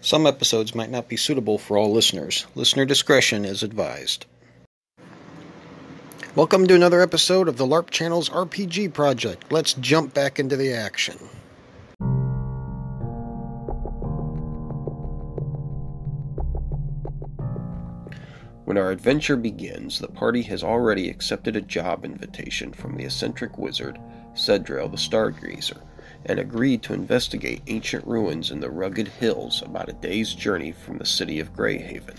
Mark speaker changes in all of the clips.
Speaker 1: Some episodes might not be suitable for all listeners. Listener discretion is advised. Welcome to another episode of the LARP Channel's RPG Project. Let's jump back into the action. When our adventure begins, the party has already accepted a job invitation from the eccentric wizard, Cedrail the Stargazer, and agreed to investigate ancient ruins in the rugged hills about a day's journey from the city of Greyhaven.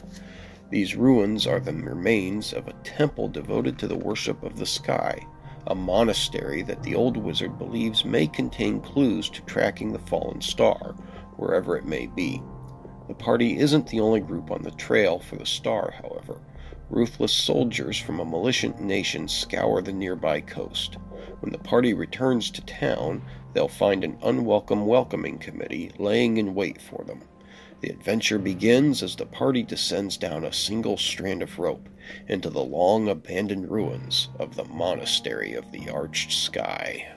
Speaker 1: These ruins are the remains of a temple devoted to the worship of the sky, a monastery that the old wizard believes may contain clues to tracking the fallen star, wherever it may be. The party isn't the only group on the trail for the star, however. Ruthless soldiers from a militant nation scour the nearby coast. When the party returns to town, they'll find an unwelcome welcoming committee laying in wait for them. The adventure begins as the party descends down a single strand of rope into the long abandoned ruins of the Monastery of the Arched Sky.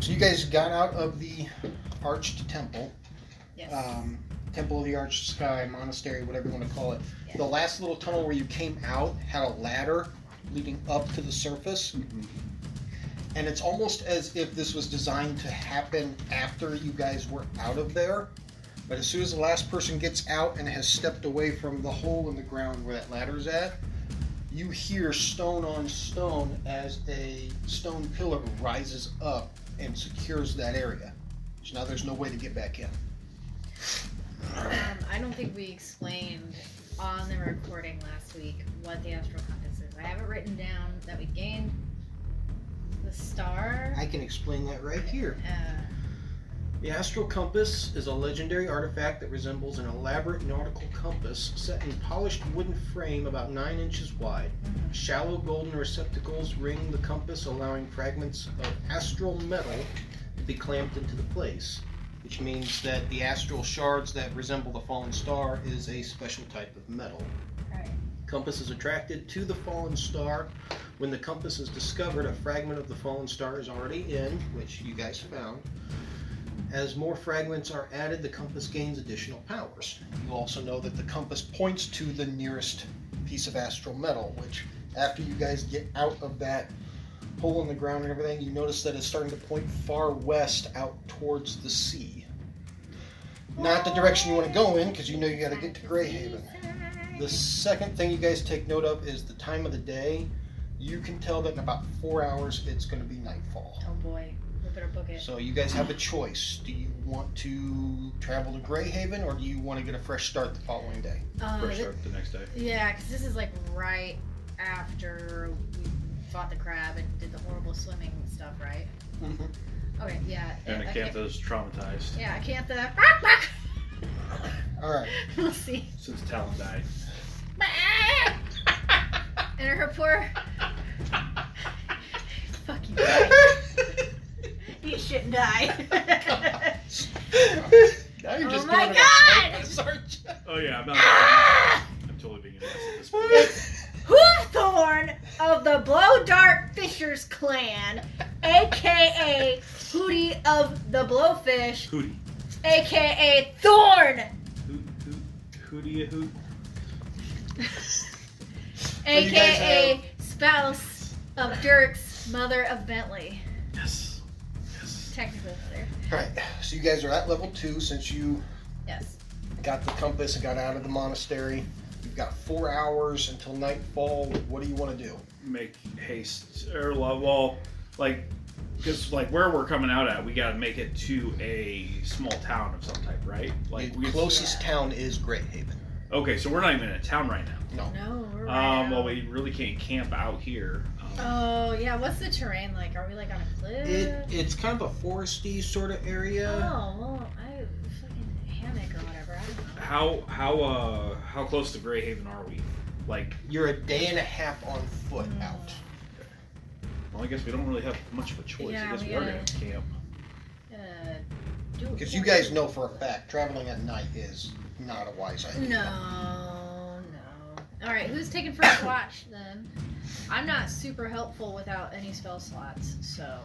Speaker 1: So, you guys got out of the Arched Temple,
Speaker 2: Yes.
Speaker 1: um, Temple of the Arched Sky, Monastery, whatever you want to call it.
Speaker 2: Yeah.
Speaker 1: The last little tunnel where you came out had a ladder leading up to the surface. And it's almost as if this was designed to happen after you guys were out of there. But as soon as the last person gets out and has stepped away from the hole in the ground where that ladder's at, you hear stone on stone as a stone pillar rises up and secures that area. So now there's no way to get back in.
Speaker 2: um, I don't think we explained on the recording last week what the astral compass is. I have it written down that we gained the star.
Speaker 1: I can explain that right here.
Speaker 2: Uh,
Speaker 1: The astral compass is a legendary artifact that resembles an elaborate nautical compass set in polished wooden frame about 9 inches wide. Shallow golden receptacles ring the compass, allowing fragments of astral metal to be clamped into the place, which means that the astral shards that resemble the fallen star is a special type of metal.
Speaker 2: right.
Speaker 1: Compass is attracted to the fallen star. When the compass is discovered, a fragment of the fallen star is already in, which you guys found. As more fragments are added, the compass gains additional powers. You also know that the compass points to the nearest piece of astral metal, which, after you guys get out of that hole in the ground and everything, you notice that it's starting to point far west out towards the sea. Not the direction you want to go in, because you know you got to get to Greyhaven. The second thing you guys take note of is the time of the day. You can tell that in about four hours it's going to be nightfall.
Speaker 2: Oh boy, we better book it.
Speaker 1: So you guys have a choice. Do you want to travel to Greyhaven or do you want to get a fresh start the following day?
Speaker 2: Uh,
Speaker 3: Fresh
Speaker 2: th-
Speaker 3: start the next day.
Speaker 2: yeah, because this is like right after we fought the crab and did the horrible swimming stuff, right?
Speaker 1: Mm-hmm.
Speaker 2: Okay, yeah.
Speaker 3: And
Speaker 2: I can't-
Speaker 3: Acantha's traumatized
Speaker 2: Yeah, I can't. The
Speaker 1: All right.
Speaker 2: we'll see.
Speaker 3: since Talon died.
Speaker 2: And her poor. Fuck you. Eat shit and die.
Speaker 1: now you're
Speaker 2: Oh
Speaker 1: just
Speaker 2: my
Speaker 1: going
Speaker 2: God!
Speaker 3: Oh yeah, I'm not.
Speaker 2: Ah!
Speaker 3: I'm totally being an ass at this point.
Speaker 2: Hoothorn of the Blow Dart Fishers clan, aka Hootie of the Blowfish,
Speaker 3: Hootie,
Speaker 2: aka Thorn,
Speaker 3: hoot, hoot, hootie, hoot.
Speaker 1: you guys
Speaker 2: aka spouse of Dirk's mother of Bentley.
Speaker 3: Yes, yes.
Speaker 2: Technically mother.
Speaker 1: All right. So you guys are at level two since you
Speaker 2: Yes.
Speaker 1: got the compass and got out of the monastery. You've got four hours until nightfall. What do you want to do?
Speaker 3: Make haste or lo- well, like because like where we're coming out at, we gotta make it to a small town of some type, right? Like
Speaker 1: the
Speaker 3: we
Speaker 1: closest town is Greyhaven.
Speaker 3: Okay, so we're not even in a town right now.
Speaker 2: No, we're right
Speaker 3: Um,
Speaker 2: out.
Speaker 3: well, we really can't camp out here. Um,
Speaker 2: Oh yeah, what's the terrain like? Are we like on a cliff?
Speaker 1: It it's kind of a foresty sort of
Speaker 2: Uh, oh
Speaker 1: area.
Speaker 2: well, I fucking hammock or whatever. I don't know.
Speaker 3: how how uh how close to Greyhaven are we? Like,
Speaker 1: You're a day and a half on foot
Speaker 2: Mm.
Speaker 1: out.
Speaker 3: well, I guess we don't really have much of a choice.
Speaker 2: Yeah,
Speaker 3: I guess
Speaker 2: we
Speaker 3: we are
Speaker 2: gotta-
Speaker 3: gonna camp.
Speaker 2: Uh, do-
Speaker 1: Because you guys know for a fact traveling at night is not a wise idea.
Speaker 2: No, no. All right, right, who's taking first watch then? I'm not super helpful without any spell slots, so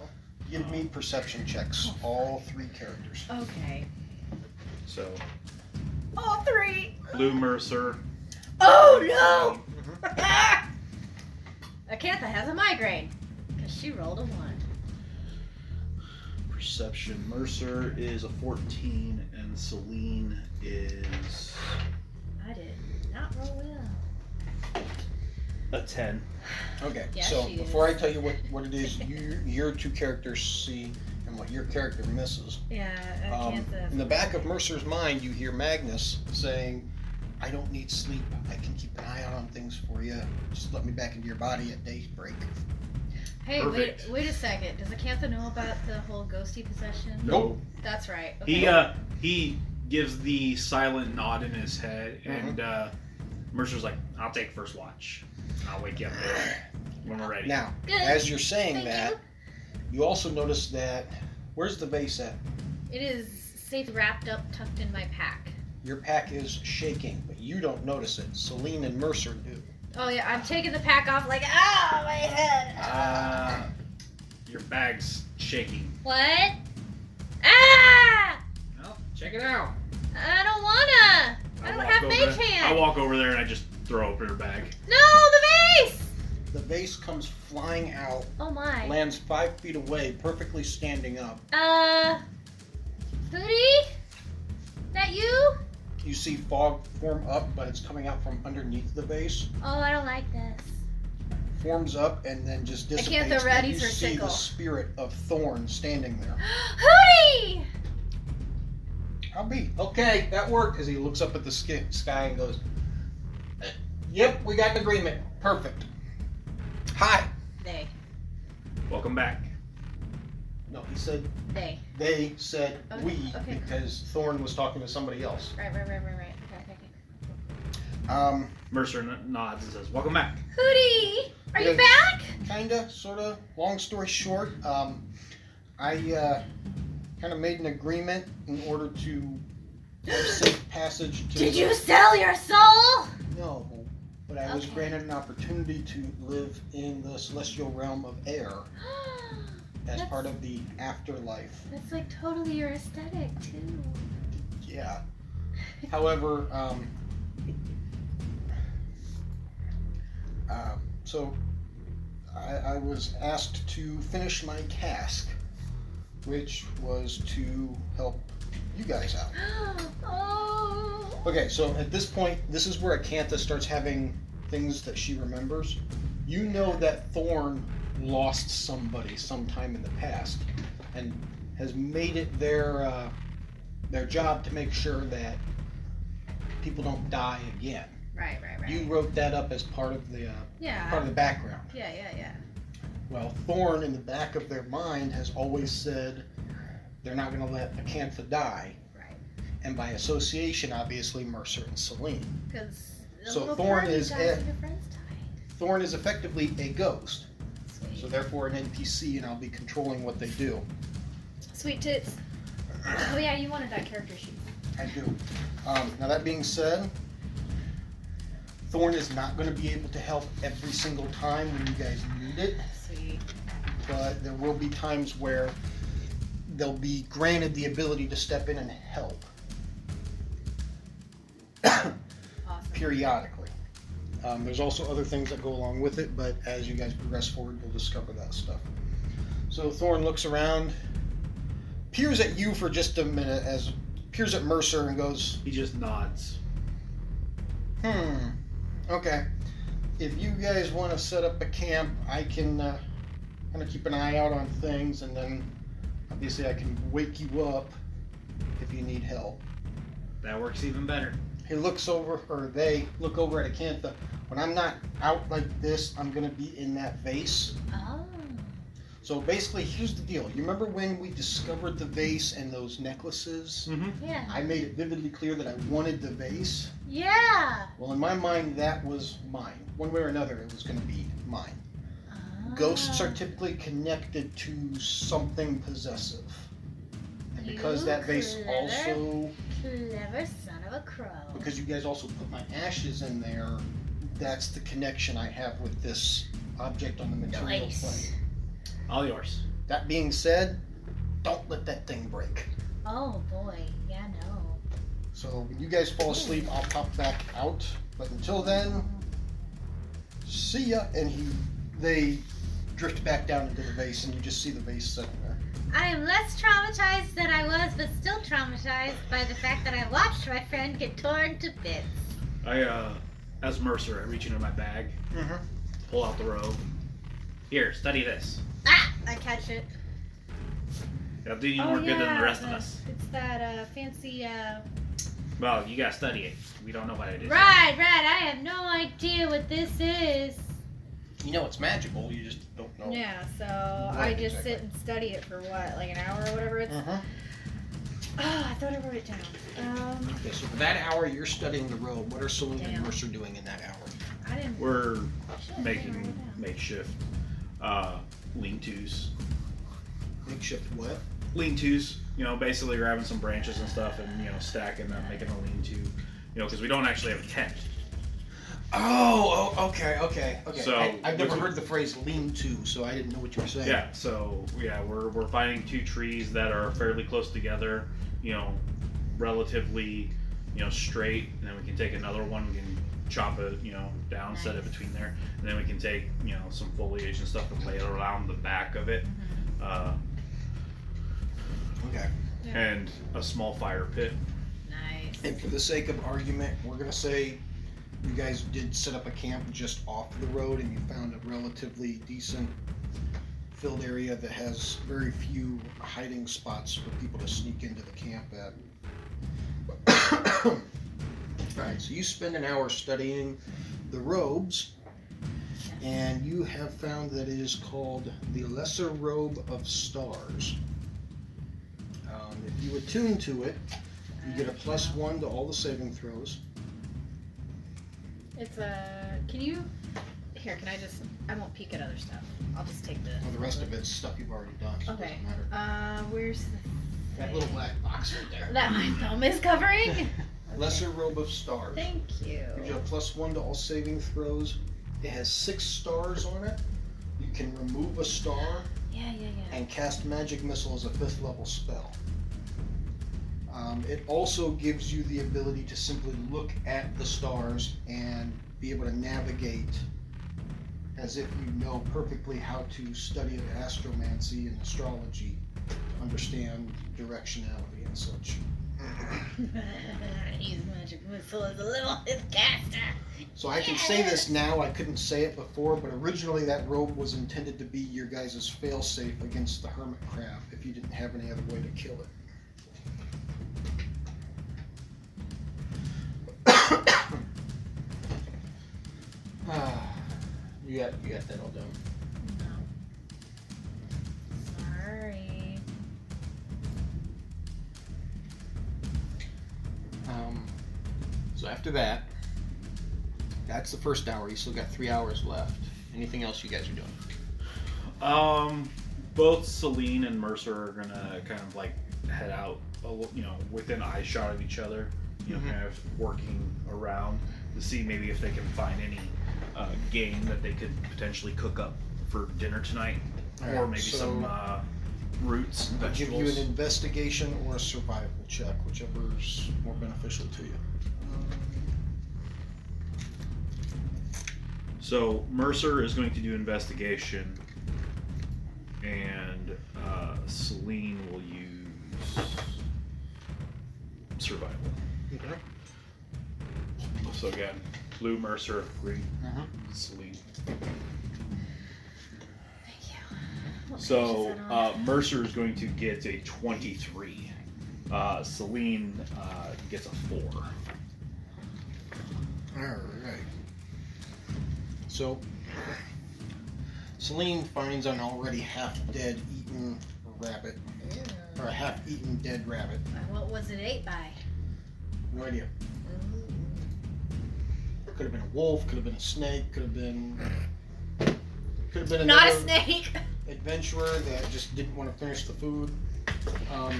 Speaker 1: Give me perception checks, all three characters.
Speaker 2: okay.
Speaker 3: So,
Speaker 2: All three.
Speaker 3: Blue Mercer.
Speaker 2: Oh no! Acantha has a migraine because she rolled a one.
Speaker 3: Perception. Mercer is a 14, and Celine is
Speaker 2: I did not roll well.
Speaker 3: a 10.
Speaker 1: Okay,
Speaker 2: Yeah,
Speaker 1: so
Speaker 2: she
Speaker 1: before I
Speaker 2: is.
Speaker 1: tell you what, what it is you, your two characters see and what your character misses,
Speaker 2: Yeah,
Speaker 1: um,
Speaker 2: Acantha.
Speaker 1: in the back of Mercer's mind, you hear Magnus saying, I don't need sleep. I can keep an eye out on things for you. Just let me back into your body at daybreak.
Speaker 2: hey,
Speaker 3: perfect.
Speaker 2: wait, wait a second. Does Acantha know about the whole ghosty possession?
Speaker 1: Nope.
Speaker 2: That's right. Okay.
Speaker 3: He uh he gives the silent nod in his head, and uh, Mercer's like, "I'll take first watch. I'll wake you up there when we're ready."
Speaker 1: Now,
Speaker 2: Good.
Speaker 1: as you're saying
Speaker 2: Thank
Speaker 1: that, you also notice that where's the vase at?
Speaker 2: It is safe wrapped up, tucked in my pack.
Speaker 1: Your pack is shaking, but you don't notice it. Celine and Mercer do.
Speaker 2: Oh yeah, I'm taking the pack off. Like, ah, my head.
Speaker 3: Uh, your bag's shaking.
Speaker 2: What? Ah!
Speaker 3: Well, check it out.
Speaker 2: I don't wanna. I don't
Speaker 3: walk
Speaker 2: have
Speaker 3: over-
Speaker 2: mage
Speaker 3: I
Speaker 2: hand.
Speaker 3: walk over there and I just throw open her bag.
Speaker 2: No, the vase.
Speaker 1: The vase comes flying out,
Speaker 2: Oh my.
Speaker 1: lands five feet away, perfectly standing up.
Speaker 2: Uh, Hootie? That you?
Speaker 1: You see fog form up, but it's coming out from underneath the vase,
Speaker 2: Oh, I don't like this.
Speaker 1: forms up, and then just
Speaker 2: can't
Speaker 1: dissipates.
Speaker 2: throw
Speaker 1: and
Speaker 2: readies
Speaker 1: you
Speaker 2: or
Speaker 1: see
Speaker 2: tickle.
Speaker 1: the spirit of Thorn standing there.
Speaker 2: Hootie!
Speaker 1: I'll be okay. That worked. As he looks up at the sk- sky and goes, "Uh, "Yep, we got an agreement. Perfect." Hi.
Speaker 2: They,
Speaker 3: Welcome back.
Speaker 1: No, he said
Speaker 2: they.
Speaker 1: they said
Speaker 2: Okay,
Speaker 1: we
Speaker 2: okay.
Speaker 1: because Thorn was talking to somebody else.
Speaker 2: Right, right, right, right, right. Okay, okay. okay.
Speaker 1: Um,
Speaker 3: Mercer n- nods and says, "Welcome back."
Speaker 2: Hootie! Are you
Speaker 1: Yeah.
Speaker 2: back?
Speaker 1: kinda, sorta. Long story short, um, I uh, kind of made an agreement in order to have safe passage to.
Speaker 2: Did you sell your soul?
Speaker 1: No, but I was
Speaker 2: Okay.
Speaker 1: granted an opportunity to live in the celestial realm of air as
Speaker 2: That's-
Speaker 1: part of the afterlife.
Speaker 2: That's like totally your aesthetic, too.
Speaker 1: Yeah. However, um, um, so I, I was asked to finish my task, which was to help you guys out.
Speaker 2: oh.
Speaker 1: Okay, so at this point, this is where Acantha starts having things that she remembers. You know that Thorn lost somebody sometime in the past, and has made it their uh, their job to make sure that people don't die again.
Speaker 2: Right, right, right.
Speaker 1: You wrote that up as part of the uh, part
Speaker 2: yeah.
Speaker 1: of the background.
Speaker 2: Yeah, yeah, yeah.
Speaker 1: Well, Thorn in the back of their mind has always said they're not going to let Acantha die,
Speaker 2: Right.
Speaker 1: and by association, obviously Mercer and Selene.
Speaker 2: Because the
Speaker 1: So
Speaker 2: little
Speaker 1: Thorn
Speaker 2: party
Speaker 1: is
Speaker 2: died
Speaker 1: it.
Speaker 2: and your friends died.
Speaker 1: Thorn is effectively a ghost,
Speaker 2: Sweet.
Speaker 1: so therefore an NPC, and I'll be controlling what they do.
Speaker 2: Sweet tits. Oh yeah, you wanted that character sheet.
Speaker 1: I do. Um, now that being said, Thorn is not going to be able to help every single time when you guys need it,
Speaker 2: Sweet.
Speaker 1: but there will be times where they'll be granted the ability to step in and help
Speaker 2: Awesome.
Speaker 1: periodically. Um, there's also other things that go along with it, but as you guys progress forward, you'll discover that stuff. So Thorn looks around, peers at you for just a minute, as peers at Mercer and goes,
Speaker 3: He just nods.
Speaker 1: "Hmm, okay. If you guys want to set up a camp, I can uh, kind of keep an eye out on things, and then obviously I can wake you up if you need help."
Speaker 3: That works even better.
Speaker 1: He looks over, or they look over at Acantha. When I'm not out like this, I'm gonna be in that vase.
Speaker 2: Oh.
Speaker 1: So basically, here's the deal. You remember when we discovered the vase and those necklaces?
Speaker 3: Mm-hmm.
Speaker 2: Yeah.
Speaker 1: I made it vividly clear that I wanted the vase.
Speaker 2: Yeah.
Speaker 1: Well, in my mind, that was mine. One way or another, it was gonna be mine.
Speaker 2: Ah.
Speaker 1: Ghosts are typically connected to something possessive. And because
Speaker 2: You
Speaker 1: that vase
Speaker 2: clever.
Speaker 1: also,
Speaker 2: clever son of a crow.
Speaker 1: because you guys also put my ashes in there, that's the connection I have with this object on the material
Speaker 2: Nice.
Speaker 1: plane.
Speaker 3: All yours.
Speaker 1: That being said, don't let that thing break.
Speaker 2: Oh boy, yeah, no.
Speaker 1: So when you guys fall asleep, I'll pop back out. But until then, see ya. And he, they drift back down into the vase, and you just see the vase sitting there.
Speaker 2: I am less traumatized than I was, but still traumatized by the fact that I watched my friend get torn to bits.
Speaker 3: I, uh, as Mercer, I reach into my bag,
Speaker 1: Mm-hmm.
Speaker 3: pull out the robe. Here, study this.
Speaker 2: Ah! I catch it.
Speaker 3: That'll do you
Speaker 2: Oh,
Speaker 3: more good than the rest of us.
Speaker 2: It's that uh, fancy. Uh...
Speaker 3: Well, you gotta study it. We don't know what it is.
Speaker 2: Right, right. I have no idea what this is.
Speaker 1: You know it's magical. You just don't know.
Speaker 2: Yeah, so I
Speaker 1: Right,
Speaker 2: just
Speaker 1: exactly.
Speaker 2: sit and study it for what, like an hour or whatever. It's.
Speaker 1: Mhm.
Speaker 2: Oh, I thought I wrote it down. Um,
Speaker 1: Okay, so for that hour, you're studying the road. What are Celine
Speaker 2: Yeah.
Speaker 1: and Mercer doing in that hour?
Speaker 2: I didn't.
Speaker 3: We're
Speaker 2: shit, I didn't write
Speaker 3: making
Speaker 2: it down.
Speaker 3: makeshift uh, lean-tos.
Speaker 1: Makeshift what?
Speaker 3: Lean-tos, you know, basically grabbing some branches and stuff and, you know, stacking them, making a lean-to. You know, because we don't actually have a tent.
Speaker 1: Oh, oh okay, okay, okay.
Speaker 3: So,
Speaker 1: I, I've never
Speaker 3: which-
Speaker 1: heard the phrase lean to, so I didn't know what you were saying.
Speaker 3: Yeah, so yeah, we're we're finding two trees that are fairly close together, you know, relatively, you know, straight, and then we can take another one, we can chop it, you know, down, set it
Speaker 2: Nice.
Speaker 3: between there, and then we can take, you know, some foliage and stuff and lay it around the back of it. Uh,
Speaker 1: Okay.
Speaker 2: Mm-hmm. Yeah.
Speaker 3: and a small fire pit.
Speaker 2: Nice.
Speaker 1: And for the sake of argument, we're gonna say you guys did set up a camp just off the road, and you found a relatively decent filled area that has very few hiding spots for people to sneak into the camp at. All right, so you spend an hour studying the robes, and you have found that it is called the Lesser Robe of Stars. Um, if you attune to it, you get a plus one to all the saving throws.
Speaker 2: It's a. Can you? Here, can I just? I won't peek at other stuff. I'll just take the.
Speaker 1: Well, the rest of it's stuff you've already done. So It
Speaker 2: Okay.
Speaker 1: doesn't matter.
Speaker 2: Uh, where's the?
Speaker 1: That little black box right there.
Speaker 2: That my thumb is covering.
Speaker 1: Lesser Robe of Stars.
Speaker 2: Thank you.
Speaker 1: Gives you a plus one to all saving throws. It has six stars on it. You can remove a star
Speaker 2: Yeah, yeah, yeah.
Speaker 1: and cast Magic Missile as a fifth level spell. Um, it also gives you the ability to simply look at the stars and be able to navigate as if you know perfectly how to study astromancy and astrology to understand directionality and such.
Speaker 2: His magic missile is a little his caster.
Speaker 1: So I can say this now, I couldn't say it before, but originally that rope was intended to be your guys' failsafe against the hermit crab if you didn't have any other way to kill it. Ah, you got you got that all done.
Speaker 2: Sorry.
Speaker 1: Um, so after that, that's the first hour. You still got three hours left. Anything else you guys are doing?
Speaker 3: Um, both Celine and Mercer are gonna kind of like head out, a lo- you know, within eye shot of each other. You know,
Speaker 1: Mhm.
Speaker 3: kind of working around to see maybe if they can find any uh, game that they could potentially cook up for dinner tonight, or
Speaker 1: Alright,
Speaker 3: maybe
Speaker 1: so-
Speaker 3: some uh, roots,
Speaker 1: I'll give you
Speaker 3: vegetables.
Speaker 1: an investigation or a survival check, whichever's more beneficial to you.
Speaker 3: So Mercer is going to do investigation, and uh, Celine will use survival.
Speaker 1: Okay.
Speaker 3: So again, blue Mercer, green
Speaker 1: Uh-huh.
Speaker 3: Celine.
Speaker 2: Thank you. What
Speaker 3: So
Speaker 2: page is that on?
Speaker 3: uh, Mercer is going to get a 23. Uh, Celine uh, gets a 4.
Speaker 1: All right. So, Celine finds an already half-dead eaten rabbit,
Speaker 2: Ew.
Speaker 1: or a half-eaten dead rabbit.
Speaker 2: Uh, What was it ate by?
Speaker 1: No idea.
Speaker 2: Ooh.
Speaker 1: Could have been a wolf. Could have been a snake. Could have been. Could have been another
Speaker 2: Not a snake.
Speaker 1: adventurer that just didn't want to finish the food. Um,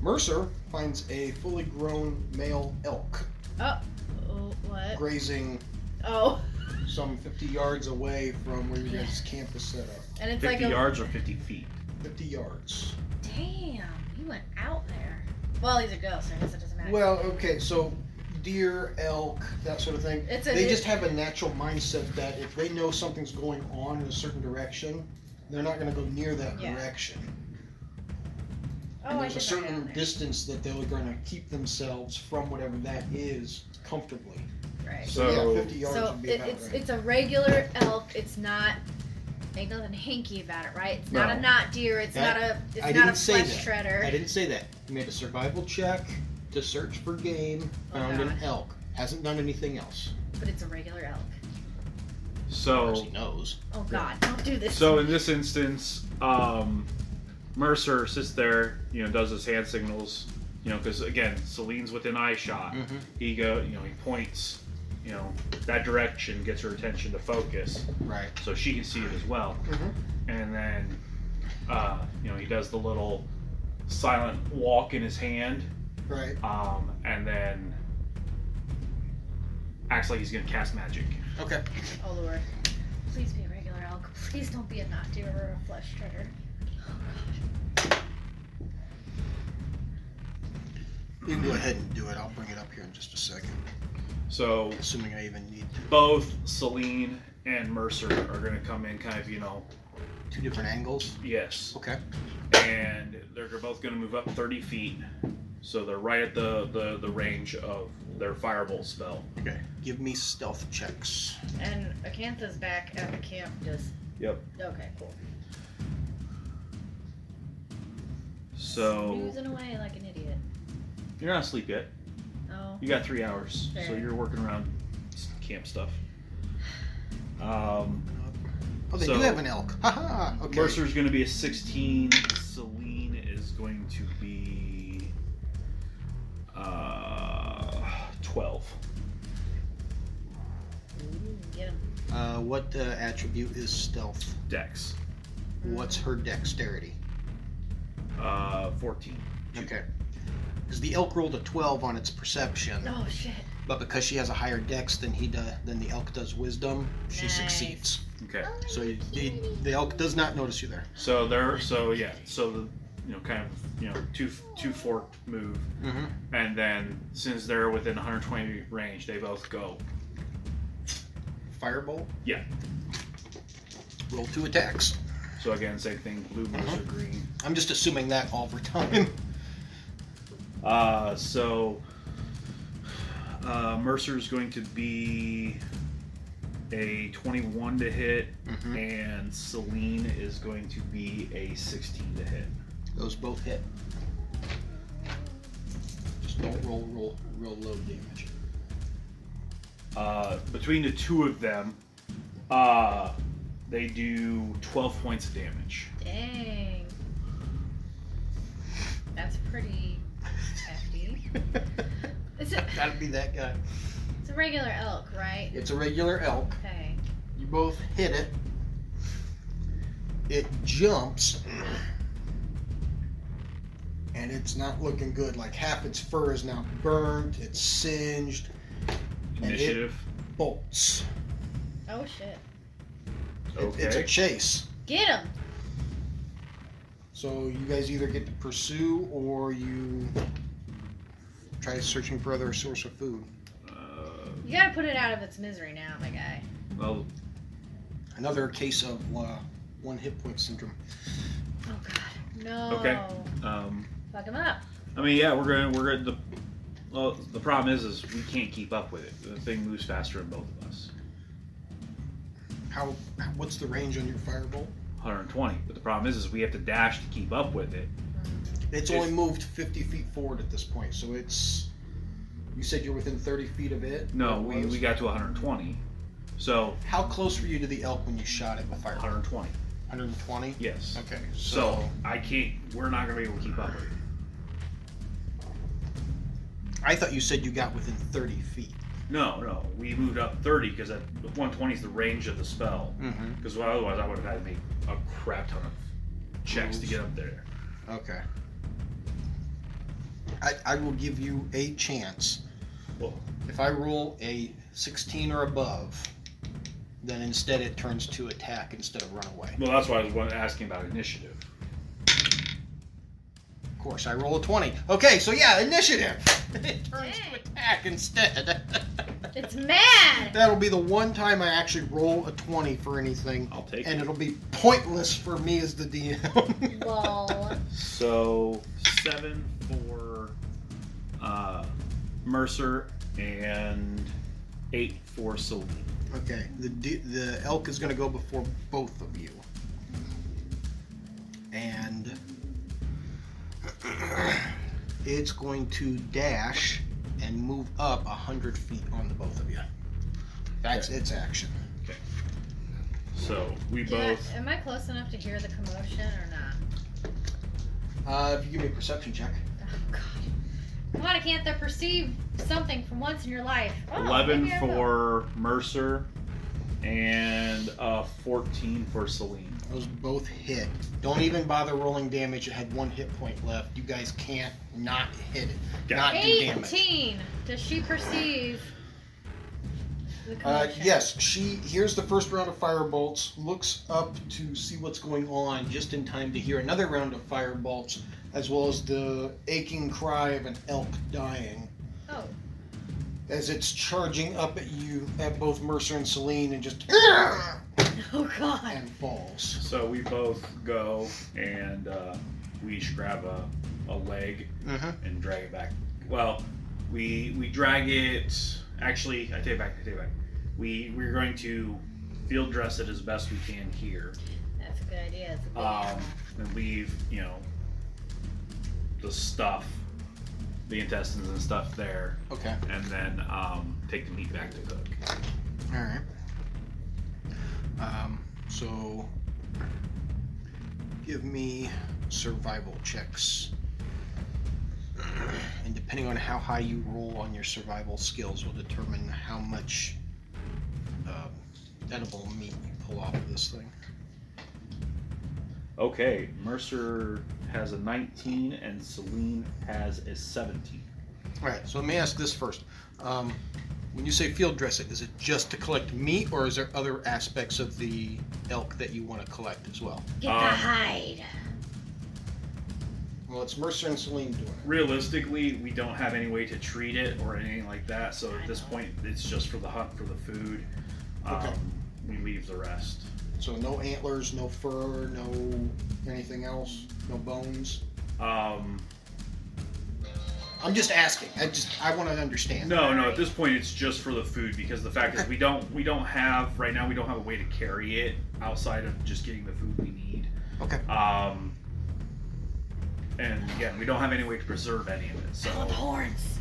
Speaker 1: Mercer finds a fully grown male elk
Speaker 2: Oh, oh, what?
Speaker 1: grazing
Speaker 2: Oh,
Speaker 1: some 50 yards away from where your guys' camp was set up.
Speaker 2: and it's
Speaker 3: 50
Speaker 2: like a
Speaker 3: yards or 50 feet?
Speaker 1: 50 yards.
Speaker 2: damn. He went out there. Well, he's a ghost, so I guess it doesn't matter.
Speaker 1: Well, okay, so deer, elk, that sort of thing.
Speaker 2: it's a
Speaker 1: They just have a natural mindset that if they know something's going on in a certain direction, they're not going to go near that
Speaker 2: Yeah.
Speaker 1: direction.
Speaker 2: oh,
Speaker 1: and
Speaker 2: I
Speaker 1: there's a
Speaker 2: should write it down
Speaker 1: certain
Speaker 2: there.
Speaker 1: distance that they're going to keep themselves from whatever that is comfortably.
Speaker 2: Right.
Speaker 3: So-
Speaker 1: yeah, 50 yards
Speaker 2: So
Speaker 1: would be
Speaker 2: it,
Speaker 1: about
Speaker 2: it's
Speaker 1: right.
Speaker 2: it's a regular elk. It's not ain't nothing hanky about it, right? It's not
Speaker 3: No.
Speaker 2: a knot deer. It's
Speaker 1: That-
Speaker 2: not a it's
Speaker 1: I
Speaker 2: not a
Speaker 1: didn't say
Speaker 2: flesh
Speaker 1: I
Speaker 2: shredder.
Speaker 1: didn't say that. You made a survival check to search for game,
Speaker 2: Oh,
Speaker 1: found an
Speaker 2: God.
Speaker 1: elk. Hasn't done anything else.
Speaker 2: But it's a regular elk.
Speaker 1: Of course
Speaker 3: So,
Speaker 1: he knows.
Speaker 2: Oh God, don't do this.
Speaker 3: so in this instance, um, Mercer sits there, you know, does his hand signals, you know, because again, Celine's within eye shot.
Speaker 1: Mhm.
Speaker 3: He go, you know, he points, you know, that direction gets her attention to focus,
Speaker 1: Right.
Speaker 3: so she can see it as well.
Speaker 1: Mhm.
Speaker 3: And then, uh, you know, he does the little silent walk in his hand,
Speaker 1: Right.
Speaker 3: um, and then acts like he's gonna cast magic.
Speaker 1: Okay.
Speaker 2: oh Lord, please be a regular elk. Please don't be a knot deer or a flesh shredder. Oh God.
Speaker 1: You can go ahead and do it. I'll bring it up here in just a second.
Speaker 3: So
Speaker 1: Assuming I even need to.
Speaker 3: both Celine and Mercer are going to come in kind of, you know,
Speaker 1: Two different angles.
Speaker 3: yes.
Speaker 1: Okay.
Speaker 3: And they're both going to move up 30 feet. So they're right at the, the, the range of their firebolt spell.
Speaker 1: Okay. Give me stealth checks.
Speaker 2: And Acantha's back at the camp. Just
Speaker 3: Yep.
Speaker 2: okay, cool.
Speaker 3: So
Speaker 2: Snoozing away like an idiot.
Speaker 3: you're not asleep yet.
Speaker 2: Oh,
Speaker 3: You got three hours. So
Speaker 2: Fair.
Speaker 3: you're working around s- camp stuff. Um,
Speaker 1: Oh, they
Speaker 3: So-
Speaker 1: do have an elk. Haha. Okay.
Speaker 3: Mercer's going to be a 16. Celine is going to be uh, 12.
Speaker 2: Ooh, get him.
Speaker 1: Uh, what uh, attribute is stealth?
Speaker 3: Dex.
Speaker 1: What's her dexterity?
Speaker 3: Uh, 14.
Speaker 1: Okay. Because the elk rolled a 12 on its perception.
Speaker 2: Oh shit.
Speaker 1: But because she has a higher dex than he does, than the elk does wisdom, she
Speaker 2: Nice.
Speaker 1: succeeds.
Speaker 3: Okay.
Speaker 2: Oh,
Speaker 1: So you, the, the elk does not notice you there.
Speaker 3: So there. So yeah. So the you know kind of you know two two forked move,
Speaker 1: Mm-hmm.
Speaker 3: and then since they're within 120 range, they both go.
Speaker 1: Firebolt.
Speaker 3: Yeah.
Speaker 1: Roll two attacks.
Speaker 3: So again, same thing. Blue, mercer, green.
Speaker 1: I'm just assuming that all the time.
Speaker 3: Uh, so uh, Mercer's going to be a 21 to hit,
Speaker 1: Mhm.
Speaker 3: and Celine is going to be a 16 to hit.
Speaker 1: Those both hit. Just don't roll, roll, real low damage.
Speaker 3: Uh, between the two of them, uh, they do 12 points of damage.
Speaker 2: Dang. That's pretty hefty. It's a,
Speaker 1: Gotta be that guy.
Speaker 2: it's a regular elk, right?
Speaker 1: It's a regular elk.
Speaker 2: Okay.
Speaker 1: You both hit it. It jumps. And it's not looking good. Like half its fur is now burned, it's singed, And it-
Speaker 3: Initiative.
Speaker 1: bolts.
Speaker 2: Oh shit.
Speaker 1: It- It's a
Speaker 3: Okay.
Speaker 1: chase.
Speaker 2: Get him.
Speaker 1: So you guys either get to pursue or you try searching for other source of food.
Speaker 3: Uh,
Speaker 2: You gotta put it out of its misery now, my guy.
Speaker 3: well,
Speaker 1: Another case of uh, one hit point syndrome.
Speaker 2: Oh god. No.
Speaker 3: Okay. um,
Speaker 2: Fuck him up.
Speaker 3: I mean, yeah, we're gonna we're gonna. The, well, the problem is, is we can't keep up with it. The thing moves faster than both of us.
Speaker 1: How? What's the range on your firebolt?
Speaker 3: 120. But the problem is, is we have to dash to keep up with it.
Speaker 1: It's
Speaker 3: If-
Speaker 1: only moved 50 feet forward at this point, so it's. You said you're within 30 feet of it?
Speaker 3: No,
Speaker 1: It
Speaker 3: we,
Speaker 1: was-
Speaker 3: we got to 120. So
Speaker 1: How close were you to the elk when you shot it with fire?
Speaker 3: 120.
Speaker 1: 120?
Speaker 3: Yes.
Speaker 1: Okay,
Speaker 3: So,
Speaker 1: so.
Speaker 3: I can't. We're not gonna be able to keep up with it.
Speaker 1: I thought you said you got within 30 feet.
Speaker 3: No, no. We moved up 30 because 120 is the range of the spell.
Speaker 1: Mm-hmm.
Speaker 3: Because otherwise, I would have had to make a crap ton of checks to get up there.
Speaker 1: Okay. I, I will give you a chance.
Speaker 3: Well,
Speaker 1: If I roll a 16 or above, then instead it turns to attack instead of run away.
Speaker 3: Well, that's why I was wa- asking about initiative.
Speaker 1: Of course, I roll a 20. Okay, so yeah, initiative. it turns to attack instead.
Speaker 2: It's mad.
Speaker 1: That'll be the one time I actually roll a 20 for anything,
Speaker 3: I'll take
Speaker 1: and
Speaker 3: it.
Speaker 1: it'll be pointless for me as the DM.
Speaker 2: Lol.
Speaker 3: So seven for uh, Mercer and eight for Sylvie.
Speaker 1: Okay, the d- the elk is going to go before both of you, and it's going to dash and move up hundred feet on the both of you. That's its action.
Speaker 3: So we
Speaker 2: Do I-
Speaker 3: both.
Speaker 2: am I close enough to hear the commotion or not?
Speaker 1: Uh, if you give me a perception check,
Speaker 2: Oh God. Come on, I can't they perceive something from once in your life? Oh,
Speaker 3: 11
Speaker 2: maybe I will.
Speaker 3: for Mercer and uh, 14 for Celine.
Speaker 1: those both hit. Don't even bother rolling damage. It had one hit point left. You guys can't not hit it.
Speaker 3: Got
Speaker 1: Not do damage.
Speaker 2: 18. Does she perceive the
Speaker 1: Uh,
Speaker 2: commotion?
Speaker 1: yes, she hears the first round of firebolts, looks up to see what's going on, just in time to hear another round of firebolts, as well as the aching cry of an elk dying
Speaker 2: Oh,
Speaker 1: as it's charging up at you, at both Mercer and Celine, and just "Argh!"
Speaker 2: oh God.
Speaker 1: and falls.
Speaker 3: So we both go and uh, we each grab a, a leg
Speaker 1: Mm-hmm.
Speaker 3: and drag it back. Well, we we drag it. Actually, I take it back. I take it back. We we're going to field dress it as best we can here,
Speaker 2: That's a good idea. It's a big
Speaker 3: um,
Speaker 2: animal.
Speaker 3: and leave you know the stuff, the intestines and stuff there,
Speaker 1: Okay.
Speaker 3: and then um, take the meat back to cook.
Speaker 1: All right. Um, so, give me survival checks. And depending on how high you roll on your survival skills, will determine how much um, edible meat you pull off of this thing.
Speaker 3: Okay, Mercer has a 19 and Celine has a 17.
Speaker 1: All right. So let me ask this first. Um, when you say field dressing, is it just to collect meat, or is there other aspects of the elk that you want to collect as well?
Speaker 2: Get the
Speaker 3: um,
Speaker 2: hide.
Speaker 1: Well, it's Mercer and Celine doing it.
Speaker 3: realistically, we don't have any way to treat it or anything like that. So
Speaker 2: I
Speaker 3: at this
Speaker 2: know.
Speaker 3: point, it's just for the hunt for the food. Um,
Speaker 1: Okay.
Speaker 3: We leave the rest.
Speaker 1: So no antlers, no fur, no anything else, no bones.
Speaker 3: Um,
Speaker 1: I'm just asking. I just I want to understand.
Speaker 3: no, no. At this point, it's just for the food because the fact is we don't we don't have right now we don't have a way to carry it outside of just getting the food we need.
Speaker 1: Okay.
Speaker 3: Um, and again, we don't have any way to preserve any of it. So
Speaker 2: I want the horns.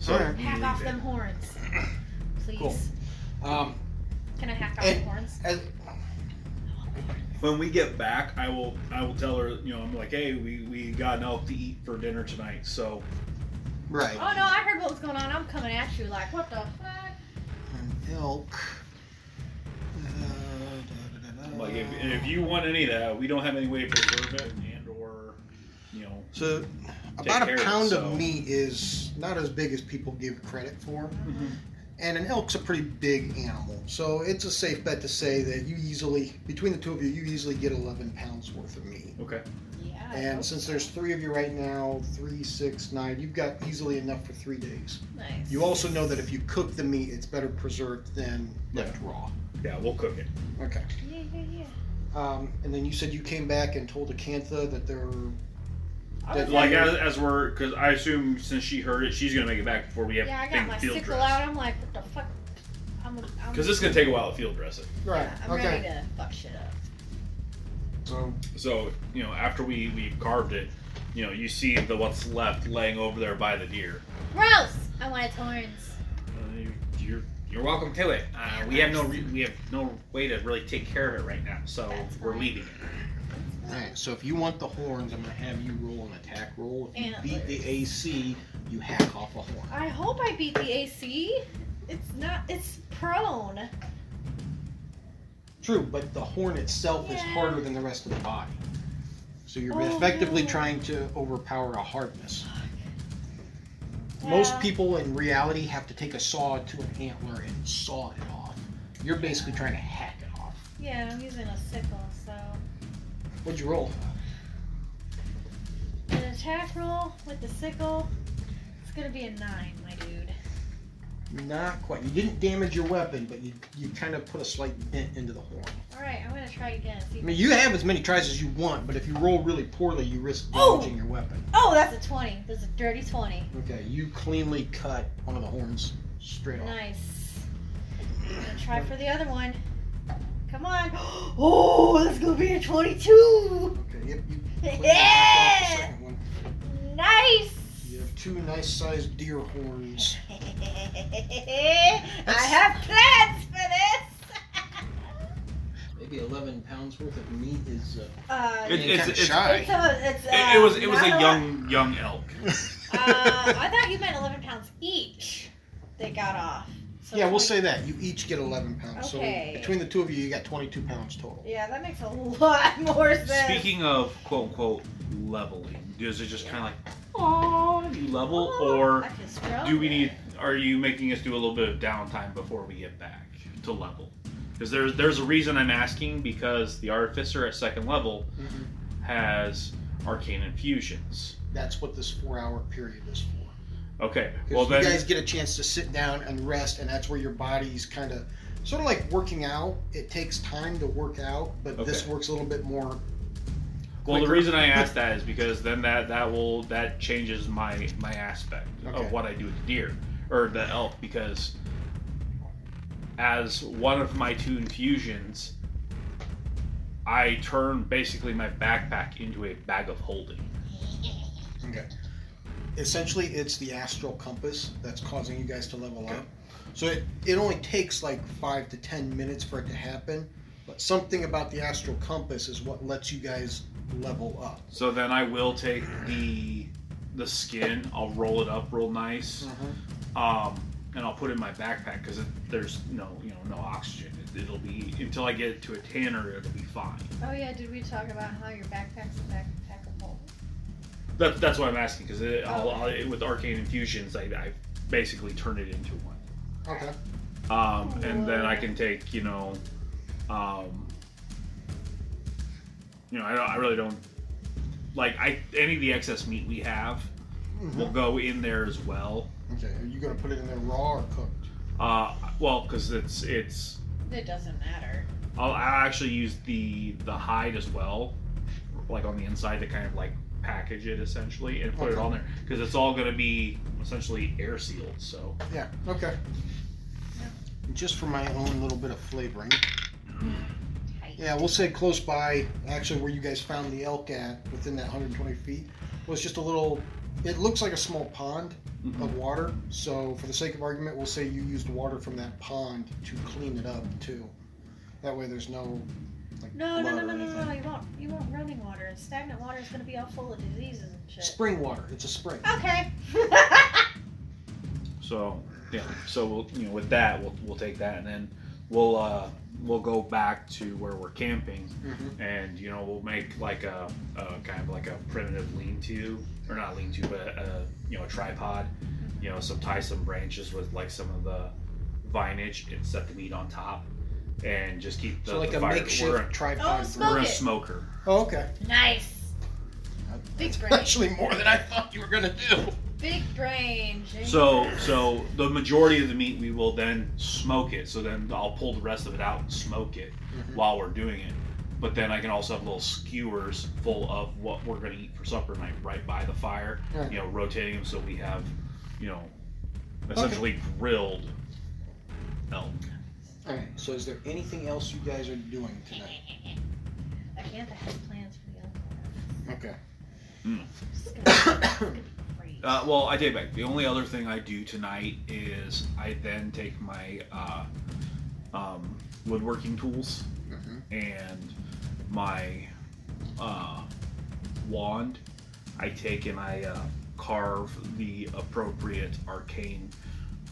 Speaker 3: so
Speaker 1: Alright.
Speaker 3: we
Speaker 2: Hack off
Speaker 3: leave it.
Speaker 2: them horns. Please.
Speaker 3: Cool.
Speaker 1: Um,
Speaker 2: Can I hack off
Speaker 1: And-
Speaker 2: the horns? Oh,
Speaker 1: as,
Speaker 3: when we get back, I will I will tell her, you know, I'm like, hey, we, we got an elk to eat for dinner tonight, so
Speaker 1: right.
Speaker 3: uh,
Speaker 2: Oh no, I heard what was going on. I'm coming at you like, what the fuck?
Speaker 1: An elk.
Speaker 3: I'm like if,
Speaker 2: Uh.
Speaker 3: if you want any of that, we don't have any way to preserve it and or you know
Speaker 1: so
Speaker 3: Take
Speaker 1: about
Speaker 3: care
Speaker 1: a
Speaker 3: of it,
Speaker 1: pound of
Speaker 3: so-
Speaker 1: meat is not as big as people give credit for.
Speaker 2: Mm-hmm.
Speaker 1: And an elk's a pretty big animal, so it's a safe bet to say that you easily, between the two of you, you easily get 11 pounds worth of meat.
Speaker 3: Okay.
Speaker 2: Yeah. I hope
Speaker 1: And since
Speaker 2: so.
Speaker 1: there's three of you right now, three, six, nine, you've got easily enough for three days.
Speaker 2: nice.
Speaker 1: You also know that if you cook the meat, it's better preserved than left raw.
Speaker 3: Yeah, we'll cook it.
Speaker 1: Okay.
Speaker 2: Yeah, yeah, yeah.
Speaker 1: Um, and then you said you came back and told Acantha that there.
Speaker 2: I
Speaker 1: That-
Speaker 2: was
Speaker 3: Like
Speaker 2: like-
Speaker 3: as, as we're because I assume since she heard it, she's gonna make it back before we have
Speaker 2: yeah, I
Speaker 3: thing
Speaker 2: got my
Speaker 3: field
Speaker 2: sickle
Speaker 3: dress.
Speaker 2: out. I'm like, what the fuck? I'm, I'm,
Speaker 3: Because it's gonna take a while to field dress it.
Speaker 1: Right.
Speaker 2: I'm ready
Speaker 1: okay.
Speaker 2: to fuck shit up.
Speaker 1: So
Speaker 3: So you know after we we carved it, you know you see the what's left laying over there by the deer.
Speaker 2: Gross! I want its horns.
Speaker 3: Uh, you're you're welcome to it. Uh, we have no re- we have no way to really take care of it right now, so
Speaker 2: That's
Speaker 3: we're
Speaker 2: fine.
Speaker 3: leaving it.
Speaker 1: all right. So if you want the horns, I'm gonna have you roll an attack roll. If you beat the AC, you hack off a horn.
Speaker 2: I hope I beat the AC. It's not. It's prone.
Speaker 1: True, but the horn itself is
Speaker 2: Yeah.
Speaker 1: harder than the rest of the body. So you're
Speaker 2: Oh,
Speaker 1: effectively
Speaker 2: no.
Speaker 1: trying to overpower a hardness. Most
Speaker 2: Yeah.
Speaker 1: people in reality have to take a saw to an antler and saw it off. You're basically trying to hack it off.
Speaker 2: Yeah, I'm using a sickle, so
Speaker 1: What'd you roll?
Speaker 2: an attack roll with the sickle. It's gonna be a nine, my dude.
Speaker 1: Not quite. You didn't damage your weapon, but you, you kind of put a slight dent into the horn.
Speaker 2: All right, I'm gonna try again. See
Speaker 1: I
Speaker 2: if
Speaker 1: mean, you have as many tries as you want, but if you roll really poorly, you risk
Speaker 2: Oh!
Speaker 1: damaging your weapon.
Speaker 2: Oh, that's a 20. That's a dirty 20.
Speaker 1: Okay, you cleanly cut one of the horns straight off.
Speaker 2: Nice. I'm gonna try for the other one. Come on. Oh, that's gonna be a 22.
Speaker 1: Okay, yep, you cleanly knocked off the
Speaker 2: Yeah!
Speaker 1: second one.
Speaker 2: Nice.
Speaker 1: You have two nice sized deer horns.
Speaker 2: I have plans for this.
Speaker 1: Maybe 11 pounds worth of meat is. Uh,
Speaker 2: uh,
Speaker 3: It-
Speaker 1: being
Speaker 3: it's-
Speaker 1: kinda
Speaker 3: it's-
Speaker 2: it's a- it's,
Speaker 3: It, it was
Speaker 2: uh,
Speaker 3: it was a
Speaker 2: not
Speaker 3: young young elk.
Speaker 2: Uh, I thought you meant 11 pounds each. They got off. So
Speaker 1: yeah, we'll
Speaker 2: like-
Speaker 1: say that. You each get 11 pounds.
Speaker 2: Okay.
Speaker 1: So between the two of you, you got 22 pounds total.
Speaker 2: Yeah, that makes a lot more sense.
Speaker 3: Speaking of quote unquote leveling, is it just kind of like, oh, you level, or
Speaker 2: I feel strong.
Speaker 3: do we need? Are you making us do a little bit of downtime before we get back to level? Because there's there's a reason I'm asking because the artificer at second level
Speaker 2: Mm-hmm.
Speaker 3: has arcane infusions.
Speaker 1: That's what this four hour period is for.
Speaker 3: Okay,
Speaker 1: 'Cause
Speaker 3: well
Speaker 1: you
Speaker 3: then
Speaker 1: guys get a chance to sit down and rest, and that's where your body's kind of. Sort of like working out, it takes time to work out, but this
Speaker 3: Okay.
Speaker 1: works a little bit more.
Speaker 3: Well, the
Speaker 1: quicker.
Speaker 3: reason I ask that is because then that that will that changes my my aspect
Speaker 1: Okay.
Speaker 3: of what I do with the deer or the elk because as one of my two infusions, I turn basically my backpack into a bag of holding.
Speaker 1: Okay. Essentially, it's the astral compass that's causing you guys to level
Speaker 3: Okay.
Speaker 1: up. So it, it only takes like five to ten minutes for it to happen, but something about the astral compass is what lets you guys level up.
Speaker 3: So then I will take the the skin. I'll roll it up real
Speaker 1: Mm-hmm.
Speaker 3: nice, um, and I'll put it in my backpack because there's no you know no oxygen. It, it'll be until I get it to a tanner. It'll be fine.
Speaker 2: Oh yeah, did we talk about how your backpack's a backpackable?
Speaker 3: That, that's what I'm asking because I'll, I'll, it- with arcane infusions, I, I basically turn it into one,
Speaker 1: Okay.
Speaker 3: um, and then I can take you know, um, you know, I, don't, I really don't like I any of the excess meat we have
Speaker 1: Mm-hmm.
Speaker 3: will go in there as well.
Speaker 1: Okay. Are you gonna put it in there raw or cooked?
Speaker 3: Uh, well, because it's it's
Speaker 2: It doesn't matter.
Speaker 3: I'll, I'll actually use the the hide as well, like on the inside to kind of like package it essentially and put it
Speaker 1: Okay.
Speaker 3: on there because it's all going to be essentially air sealed. So.
Speaker 1: Yeah. Okay. Just for my own little bit of flavoring.
Speaker 2: Tight.
Speaker 1: Yeah, we'll say close by, actually where you guys found the elk at, within that 120 feet, was just a little. It looks like a small pond of water. So, for the sake of argument, we'll say you used water from that pond to clean it up too. That way, there's no. Like,
Speaker 2: No, no,
Speaker 1: blood
Speaker 2: no,
Speaker 1: or
Speaker 2: no, no, no,
Speaker 1: anything.
Speaker 2: You want you want running water. And stagnant water is gonna be all full of diseases and shit.
Speaker 1: Spring water. It's a spring.
Speaker 2: Okay.
Speaker 3: So yeah, so we'll you know with that we'll we'll take that and then we'll uh we'll go back to where we're camping
Speaker 1: Mhm.
Speaker 3: and you know we'll make like a, a kind of like a primitive lean-to or not lean-to but a, you know a tripod you know some tie some branches with like some of the vinage and set the meat on top and just keep the,
Speaker 1: So, like
Speaker 3: the
Speaker 1: a
Speaker 3: fire we're,
Speaker 1: makeshift
Speaker 3: a-
Speaker 1: tripod. for-
Speaker 2: Oh, smoke
Speaker 3: we're a
Speaker 2: it.
Speaker 3: smoker
Speaker 1: oh, okay.
Speaker 2: nice. Big brain.
Speaker 1: Actually, more than I thought you were gonna do.
Speaker 2: Big brain. James.
Speaker 3: So, so the majority of the meat we will then smoke it. So then I'll pull the rest of it out and smoke it while we're doing it. But then I can also have little skewers full of what we're going to eat for supper night right by the fire.
Speaker 1: Yeah.
Speaker 3: You know, rotating them so we have, you know, essentially grilled elk.
Speaker 1: All right. So, is there anything else you guys are doing tonight?
Speaker 2: Acanthus has plans for the other one.
Speaker 1: Okay.
Speaker 2: I'm just gonna- Great.
Speaker 3: Uh, well, I take it back. The only other thing I do tonight is I then take my uh, um, woodworking tools
Speaker 1: Mhm.
Speaker 3: and my uh, wand. I take and I uh, carve the appropriate arcane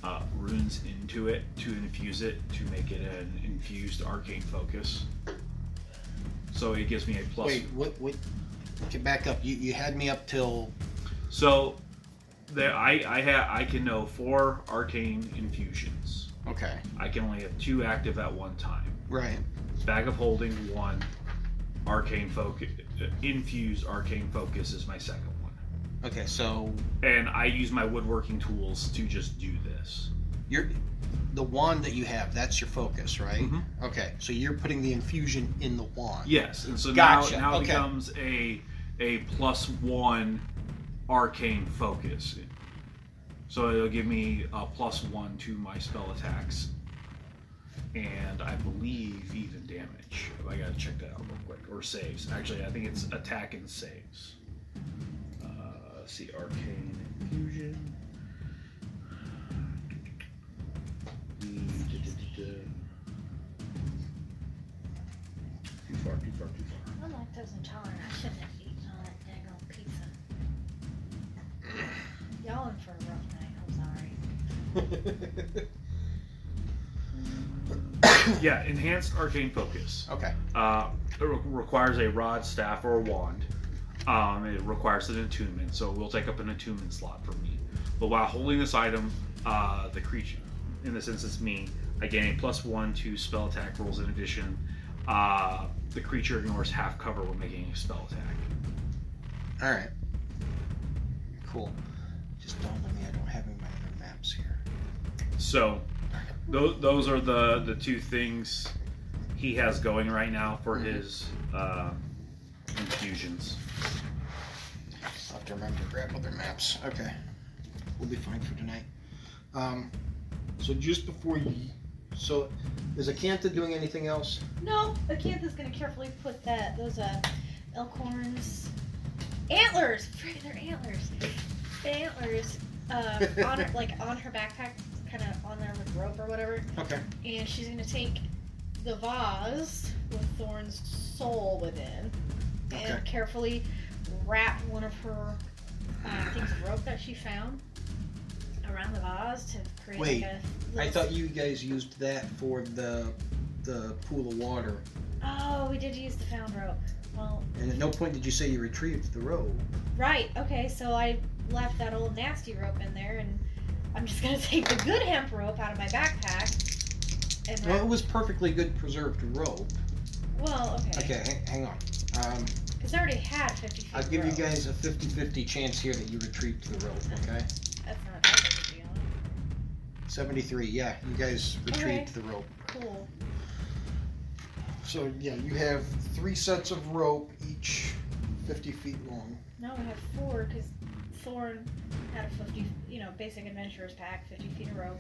Speaker 3: uh, runes into it to infuse it to make it an infused arcane focus. So it gives me a plus.
Speaker 1: Wait, what? Wait. Okay, back up. You, you had me up till
Speaker 3: So there, I I have I can know four arcane infusions.
Speaker 4: Okay.
Speaker 3: I can only have two active at one time.
Speaker 4: Right.
Speaker 3: Bag of Holding one, Arcane Focus, Infuse Arcane Focus is my second one,
Speaker 4: Okay. So
Speaker 3: and I use my woodworking tools to just do this.
Speaker 4: you're the wand that you have. That's your focus, right? Okay. So you're putting the infusion in the wand.
Speaker 3: Yes, and so
Speaker 4: Gotcha,
Speaker 3: now now
Speaker 4: okay.
Speaker 3: it becomes a a plus one Arcane Focus, so it'll give me a plus one to my spell attacks, and I believe even damage. I gotta check that out real quick, or saves. Actually, I think it's attack and saves. Uh, let's see, Arcane Infusion. Too far, too far, too far.
Speaker 2: I'm lactose intolerant. I shouldn't have eaten all that daggone pizza. Y'all in for a rough night. I'm sorry.
Speaker 3: Yeah, enhanced arcane focus.
Speaker 4: Okay.
Speaker 3: Uh, it re- requires a rod, staff, or a wand. Um, it requires an attunement, so we'll take up an attunement slot for me. But while holding this item, uh, the creature, in this instance me, I gain a plus one to spell attack rolls. In addition, uh, the creature ignores half cover when making a spell attack.
Speaker 4: All right. Cool. Just don't let me. I don't have any of my other maps here.
Speaker 3: So, those those are the the two things he has going right now for his uh, infusions.
Speaker 4: I'll have to remember to grab other maps. Okay. We'll be fine for tonight. Um, so just before you. So is Acanta doing anything else?
Speaker 2: No, Acantha's gonna carefully put that those uh elk horns, antlers. Frig, they're antlers. The antlers uh, on her, like on her backpack, kind of on there with rope or whatever.
Speaker 4: Okay.
Speaker 2: And she's gonna take the vase with Thorn's soul within, and
Speaker 4: Okay.
Speaker 2: carefully wrap one of her uh, things of rope that she found around the vase to create
Speaker 4: Wait,
Speaker 2: like a.
Speaker 4: I
Speaker 2: little-
Speaker 4: thought you guys used that for the the pool of water,
Speaker 2: Oh, we did use the found rope. Well,
Speaker 4: and at no point did you say you retrieved the rope.
Speaker 2: Right. Okay. So I left that old nasty rope in there, and I'm just gonna take the good hemp rope out of my backpack. And
Speaker 4: Well,
Speaker 2: wrap,
Speaker 4: it was perfectly good preserved rope.
Speaker 2: well, okay.
Speaker 4: Okay, hang, hang on. Um,
Speaker 2: Because I already had 50 feet.
Speaker 4: I'll give you
Speaker 2: rope.
Speaker 4: guys a 50-50 chance here that you retrieved the rope. Okay.
Speaker 2: That's not that big a deal.
Speaker 4: 73. Yeah, you guys retrieved
Speaker 2: Okay.
Speaker 4: the rope.
Speaker 2: Cool.
Speaker 1: so yeah, you have three sets of rope, each 50 feet long.
Speaker 2: Now we have four because Thorn had a 50, you know, basic adventurer's pack, 50 feet of rope.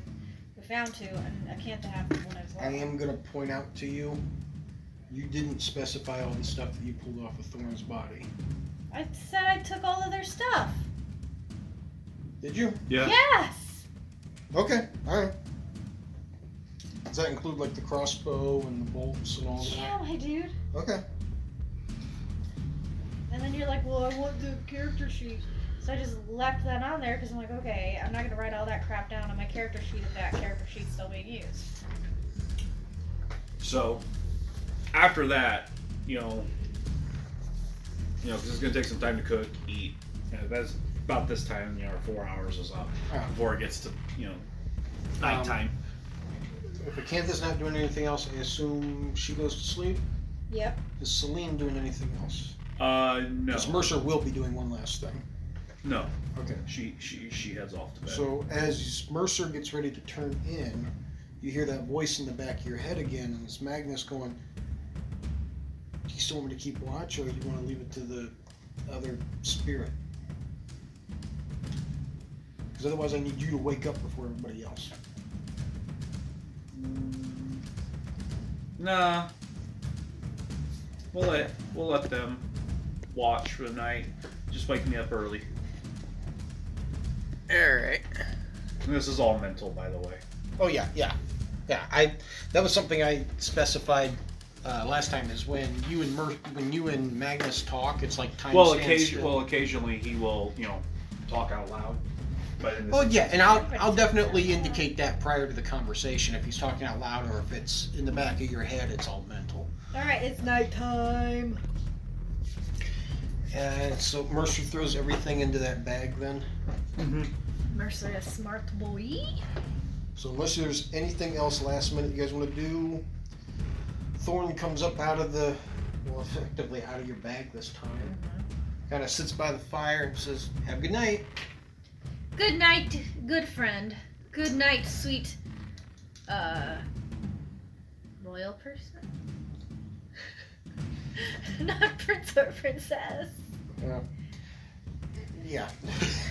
Speaker 2: We found two, and I can't have one as well.
Speaker 1: I am gonna point out to you, you didn't specify all the stuff that you pulled off of Thorn's body.
Speaker 2: I said I took all of their stuff.
Speaker 1: Did you?
Speaker 3: Yeah.
Speaker 2: Yes.
Speaker 1: Okay, alright. Does that include like the crossbow and the bolts and all that?
Speaker 2: Yeah, my dude.
Speaker 1: Okay.
Speaker 2: And then you're like, well, I want the character sheet. So I just left that on there because I'm like, okay, I'm not going to write all that crap down on my character sheet if that character sheet's still being used.
Speaker 3: So after that, you know, you know, 'cause it's gonna take some time to cook, eat. You know, that's about this time. You know, four hours is up
Speaker 1: Oh. Um,
Speaker 3: before it gets to you know nighttime.
Speaker 1: If Acantha's not doing anything else, I assume she goes to sleep.
Speaker 2: Yep.
Speaker 1: Is Celine doing anything else?
Speaker 3: uh, no,
Speaker 1: Because Mercer will be doing one last thing.
Speaker 3: no.
Speaker 1: Okay.
Speaker 3: She she she heads off to bed.
Speaker 1: So as Mercer gets ready to turn in, you hear that voice in the back of your head again, and it's Magnus going, "Do you still want me to keep watch, or you want to leave it to the other spirit?" Because otherwise, I need you to wake up before everybody else.
Speaker 3: Mm, Nah. We'll let we'll let them watch for the night. Just wake me up early.
Speaker 4: All right.
Speaker 3: And this is all mental, by the way.
Speaker 4: Oh yeah, yeah, yeah. I that was something I specified uh, last time is when you and Mer- when you and Magnus talk, it's like time.
Speaker 3: Well,
Speaker 4: stands
Speaker 3: occasion,
Speaker 4: still.
Speaker 3: well, occasionally he will, you know, talk out loud. But in this
Speaker 4: Oh yeah, and I'll I'll definitely indicate that prior to the conversation if he's talking out loud or if it's in the back of your head, it's all mental.
Speaker 2: All right, it's nighttime.
Speaker 4: And so Mercer throws everything into that bag then.
Speaker 3: Mhm.
Speaker 2: Mercer a smart boy.
Speaker 1: So unless there's anything else last minute you guys want to do, Thorn comes up out of the, well, effectively out of your bag this time. Kind of sits by the fire and says, "Have a good night."
Speaker 2: Good night, good friend. Good night, sweet, uh, royal person? Not prince or princess.
Speaker 1: Yeah.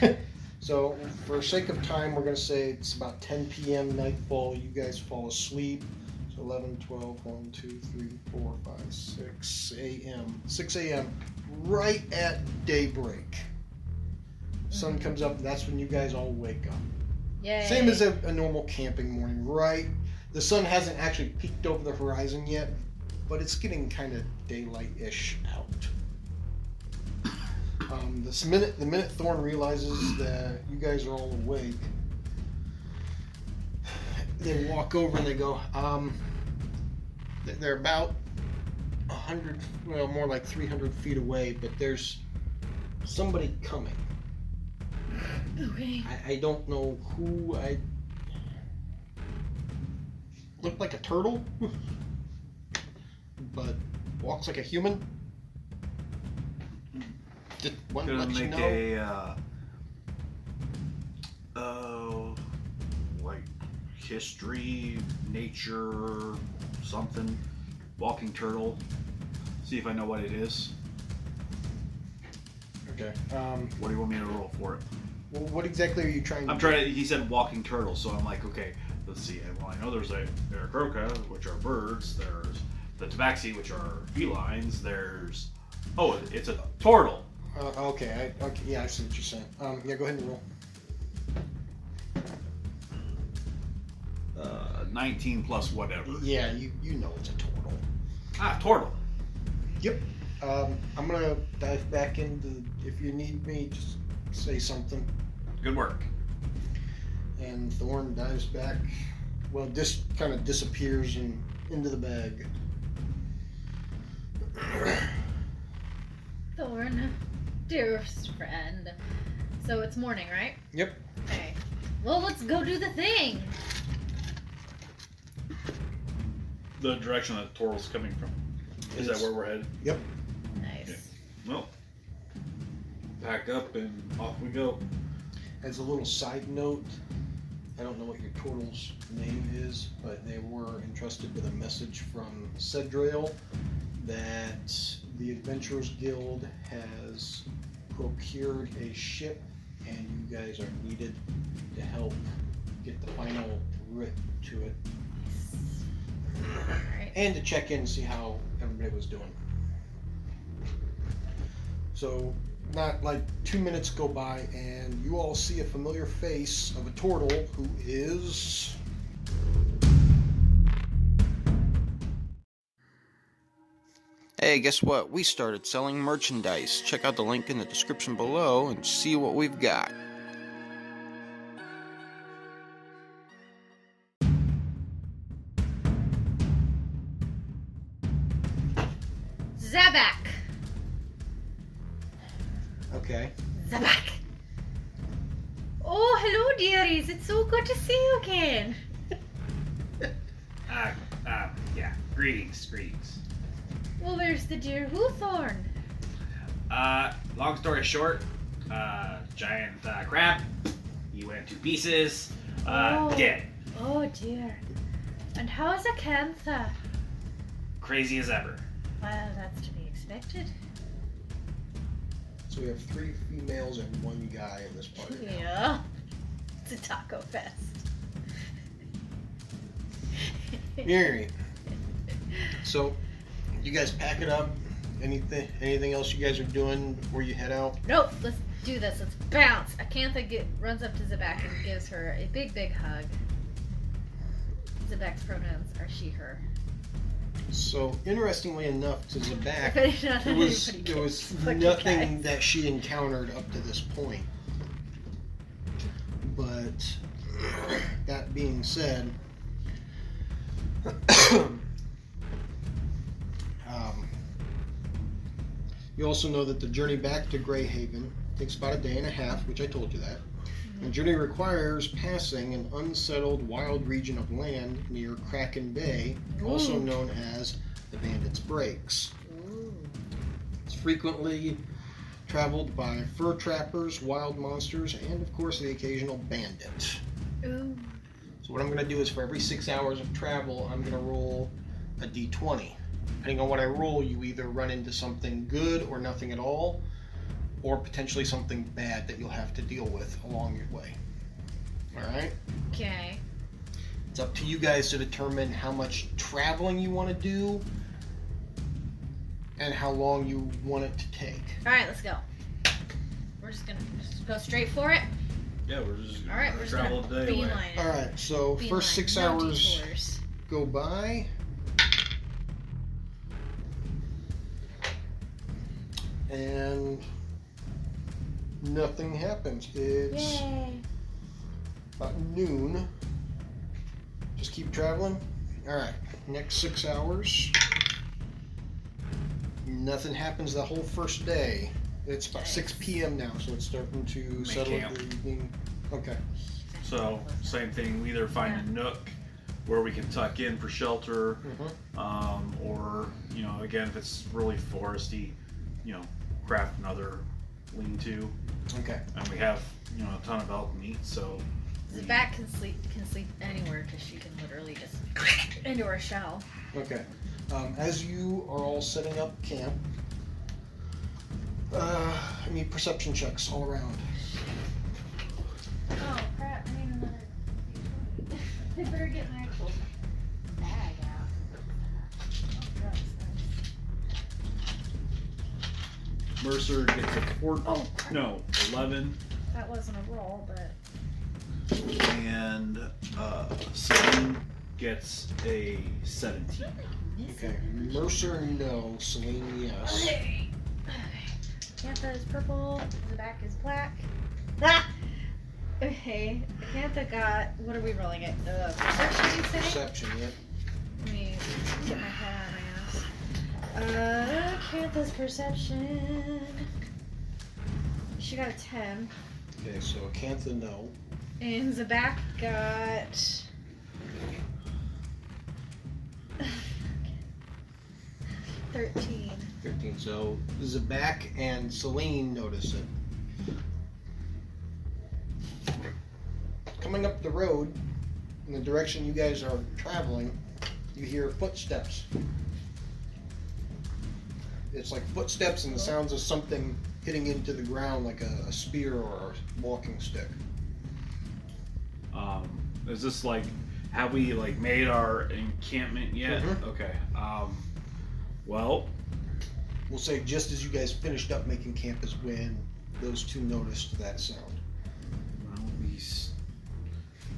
Speaker 1: so for sake of time, we're gonna say it's about 10 p.m. nightfall. You guys fall asleep. So 11, 12, 1, 2, 3, 4, 5, 6 a.m. 6 a.m. Right at daybreak. Sun comes up. That's when you guys all wake up.
Speaker 2: Yay.
Speaker 1: Same as a, a normal camping morning, right? The sun hasn't actually peeked over the horizon yet, but it's getting kind of daylight-ish out. Um, this minute, the minute Thorn realizes that you guys are all awake, they walk over and they go. Um, th- they're about a hundred, well, more like three hundred feet away, but there's somebody coming.
Speaker 2: Okay.
Speaker 1: I, I don't know who I looked like a turtle, but walks like a human. Just want to
Speaker 3: Gonna
Speaker 1: let you
Speaker 3: make
Speaker 1: know.
Speaker 3: a uh, uh, like history, nature, something, walking turtle. See if I know what it is.
Speaker 1: Okay. Um,
Speaker 3: What do you want me to roll for it?
Speaker 1: well, what exactly are you trying?
Speaker 3: I'm trying to. He said walking turtle, so I'm like, okay, let's see. Well, I know there's a there are croca, which are birds. There's the tabaxi, which are felines. There's oh, it's a turtle.
Speaker 1: Uh, okay. I, okay. Yeah, I see what you're saying. Um, yeah, go ahead and roll.
Speaker 3: Uh, 19 plus whatever.
Speaker 1: Yeah, you you know it's a turtle.
Speaker 3: Ah, turtle.
Speaker 1: Um, I'm gonna dive back into. The, if you need me, just say something.
Speaker 3: Good work.
Speaker 1: and Thorn dives back. Well, just kind of disappears and into the bag.
Speaker 2: Thorn, dearest friend. So it's morning, right?
Speaker 1: Yep.
Speaker 2: Okay. Well, let's go do the thing.
Speaker 3: The direction that the turtle's coming from. Is that
Speaker 1: It's-
Speaker 3: where we're headed?
Speaker 2: Nice.
Speaker 3: Well, pack up and off we go.
Speaker 1: As a little side note, I don't know what your turtle's name is, but they were entrusted with a message from Cedrail that the Adventurers Guild has procured a ship, and you guys are needed to help get the final writ to it,
Speaker 2: Alright.
Speaker 1: and to check in and see how everybody was doing. So, not like two minutes go by, and you all see a familiar face of a turtle who is.
Speaker 4: Hey, guess what? We started selling merchandise. Check out the link in the description below and see what we've got.
Speaker 2: Zabak.
Speaker 1: Okay.
Speaker 2: Zabak. Oh, hello, dearies. It's so good to see you again.
Speaker 3: Ah, ah, yeah. Greetings, greetings.
Speaker 2: Well, where's the dear who thorn?
Speaker 3: Uh, long story short, uh, giant uh, crap. He went to pieces. Uh,
Speaker 2: Oh.
Speaker 3: Dead.
Speaker 2: Oh dear. And how's Acantha?
Speaker 3: Crazy as ever.
Speaker 2: Well, that's to be expected.
Speaker 1: So we have three females and one guy in this party.
Speaker 2: Yeah. It's a taco fest.
Speaker 1: Alright. So, you guys pack it up. Anything? Anything else you guys are doing before you head out?
Speaker 2: Nope, let's do this. Let's bounce. Acantha get, runs up to Zabak and gives her a big, big hug. Zabak's pronouns are she, her.
Speaker 1: So, interestingly enough, to the back,
Speaker 2: But not
Speaker 1: there was
Speaker 2: everybody
Speaker 1: there
Speaker 2: gets
Speaker 1: was
Speaker 2: lucky,
Speaker 1: nothing
Speaker 2: guys.
Speaker 1: that she encountered up to this point. But that being said, um, you also know that the journey back to Greyhaven takes about a day and a half, which I told you that. The journey requires passing an unsettled wild region of land near Kraken Bay, also
Speaker 2: Ooh.
Speaker 1: known as the Bandits Breaks.
Speaker 2: Ooh.
Speaker 1: It's frequently traveled by fur trappers, wild monsters, and of course the occasional bandit.
Speaker 2: Ooh.
Speaker 1: So what I'm gonna do is for every six hours of travel, I'm gonna roll a d20. Depending on what I roll, you either run into something good or nothing at all, or potentially something bad that you'll have to deal with along your way. All right.
Speaker 2: Okay.
Speaker 1: It's up to you guys to determine how much traveling you want to do and how long you want it to take.
Speaker 2: All right, let's go. We're just gonna just go straight for it.
Speaker 3: Yeah, we're just
Speaker 2: All right, we're just
Speaker 3: travel
Speaker 2: gonna
Speaker 3: today.
Speaker 2: beeline.
Speaker 3: away.
Speaker 2: it.
Speaker 1: All right. So
Speaker 2: Beeline.
Speaker 1: first six
Speaker 2: No
Speaker 1: hours
Speaker 2: detours.
Speaker 1: go by. And nothing happens. It's
Speaker 2: Yay.
Speaker 1: about noon. Just keep traveling. All right, next six hours. Nothing happens the whole first day. It's about 6 p.m. now, so it's starting to settle
Speaker 3: camp.
Speaker 1: into the evening. Okay.
Speaker 3: So same thing. We either find a nook where we can tuck in for shelter,
Speaker 1: mm-hmm.
Speaker 3: um, or you know, again, if it's really foresty, you know, craft another lean-to.
Speaker 1: Okay.
Speaker 3: And we have you know a ton of elk meat, so
Speaker 2: So Bat can sleep can sleep anywhere because she can literally just into her shell.
Speaker 1: Okay. Um, as you are all setting up camp, uh, I need perception checks all around.
Speaker 2: Oh crap! I need another. I better get my actual bag out. Oh, gross.
Speaker 3: Mercer gets a four.
Speaker 2: Oh, crap.
Speaker 3: no, eleven,
Speaker 2: That wasn't a roll, but
Speaker 3: and uh, Celine gets a seventeen.
Speaker 1: Okay. Mercer, no. Celine, yes.
Speaker 2: Okay. Cantha is purple. The back is black. Ah! Okay. Cantha got. What are we rolling it? Uh, perception, you say?
Speaker 1: Perception, yeah.
Speaker 2: Let me get my head out of my ass. Uh, Cantha's perception. She got a 10.
Speaker 1: Okay, so Acantha, no.
Speaker 2: And Zabak got. Thirteen.
Speaker 1: 15. So Zabak and Celine notice it. Coming up the road, in the direction you guys are traveling, you hear footsteps. It's like footsteps and the sounds of something hitting into the ground like a, a spear or a walking stick.
Speaker 3: Um, is this like have we like made our encampment yet?
Speaker 1: Mhm.
Speaker 3: Okay. Um, well,
Speaker 1: We'll say just as you guys finished up making camp is when those two noticed that sound.
Speaker 3: well, we s-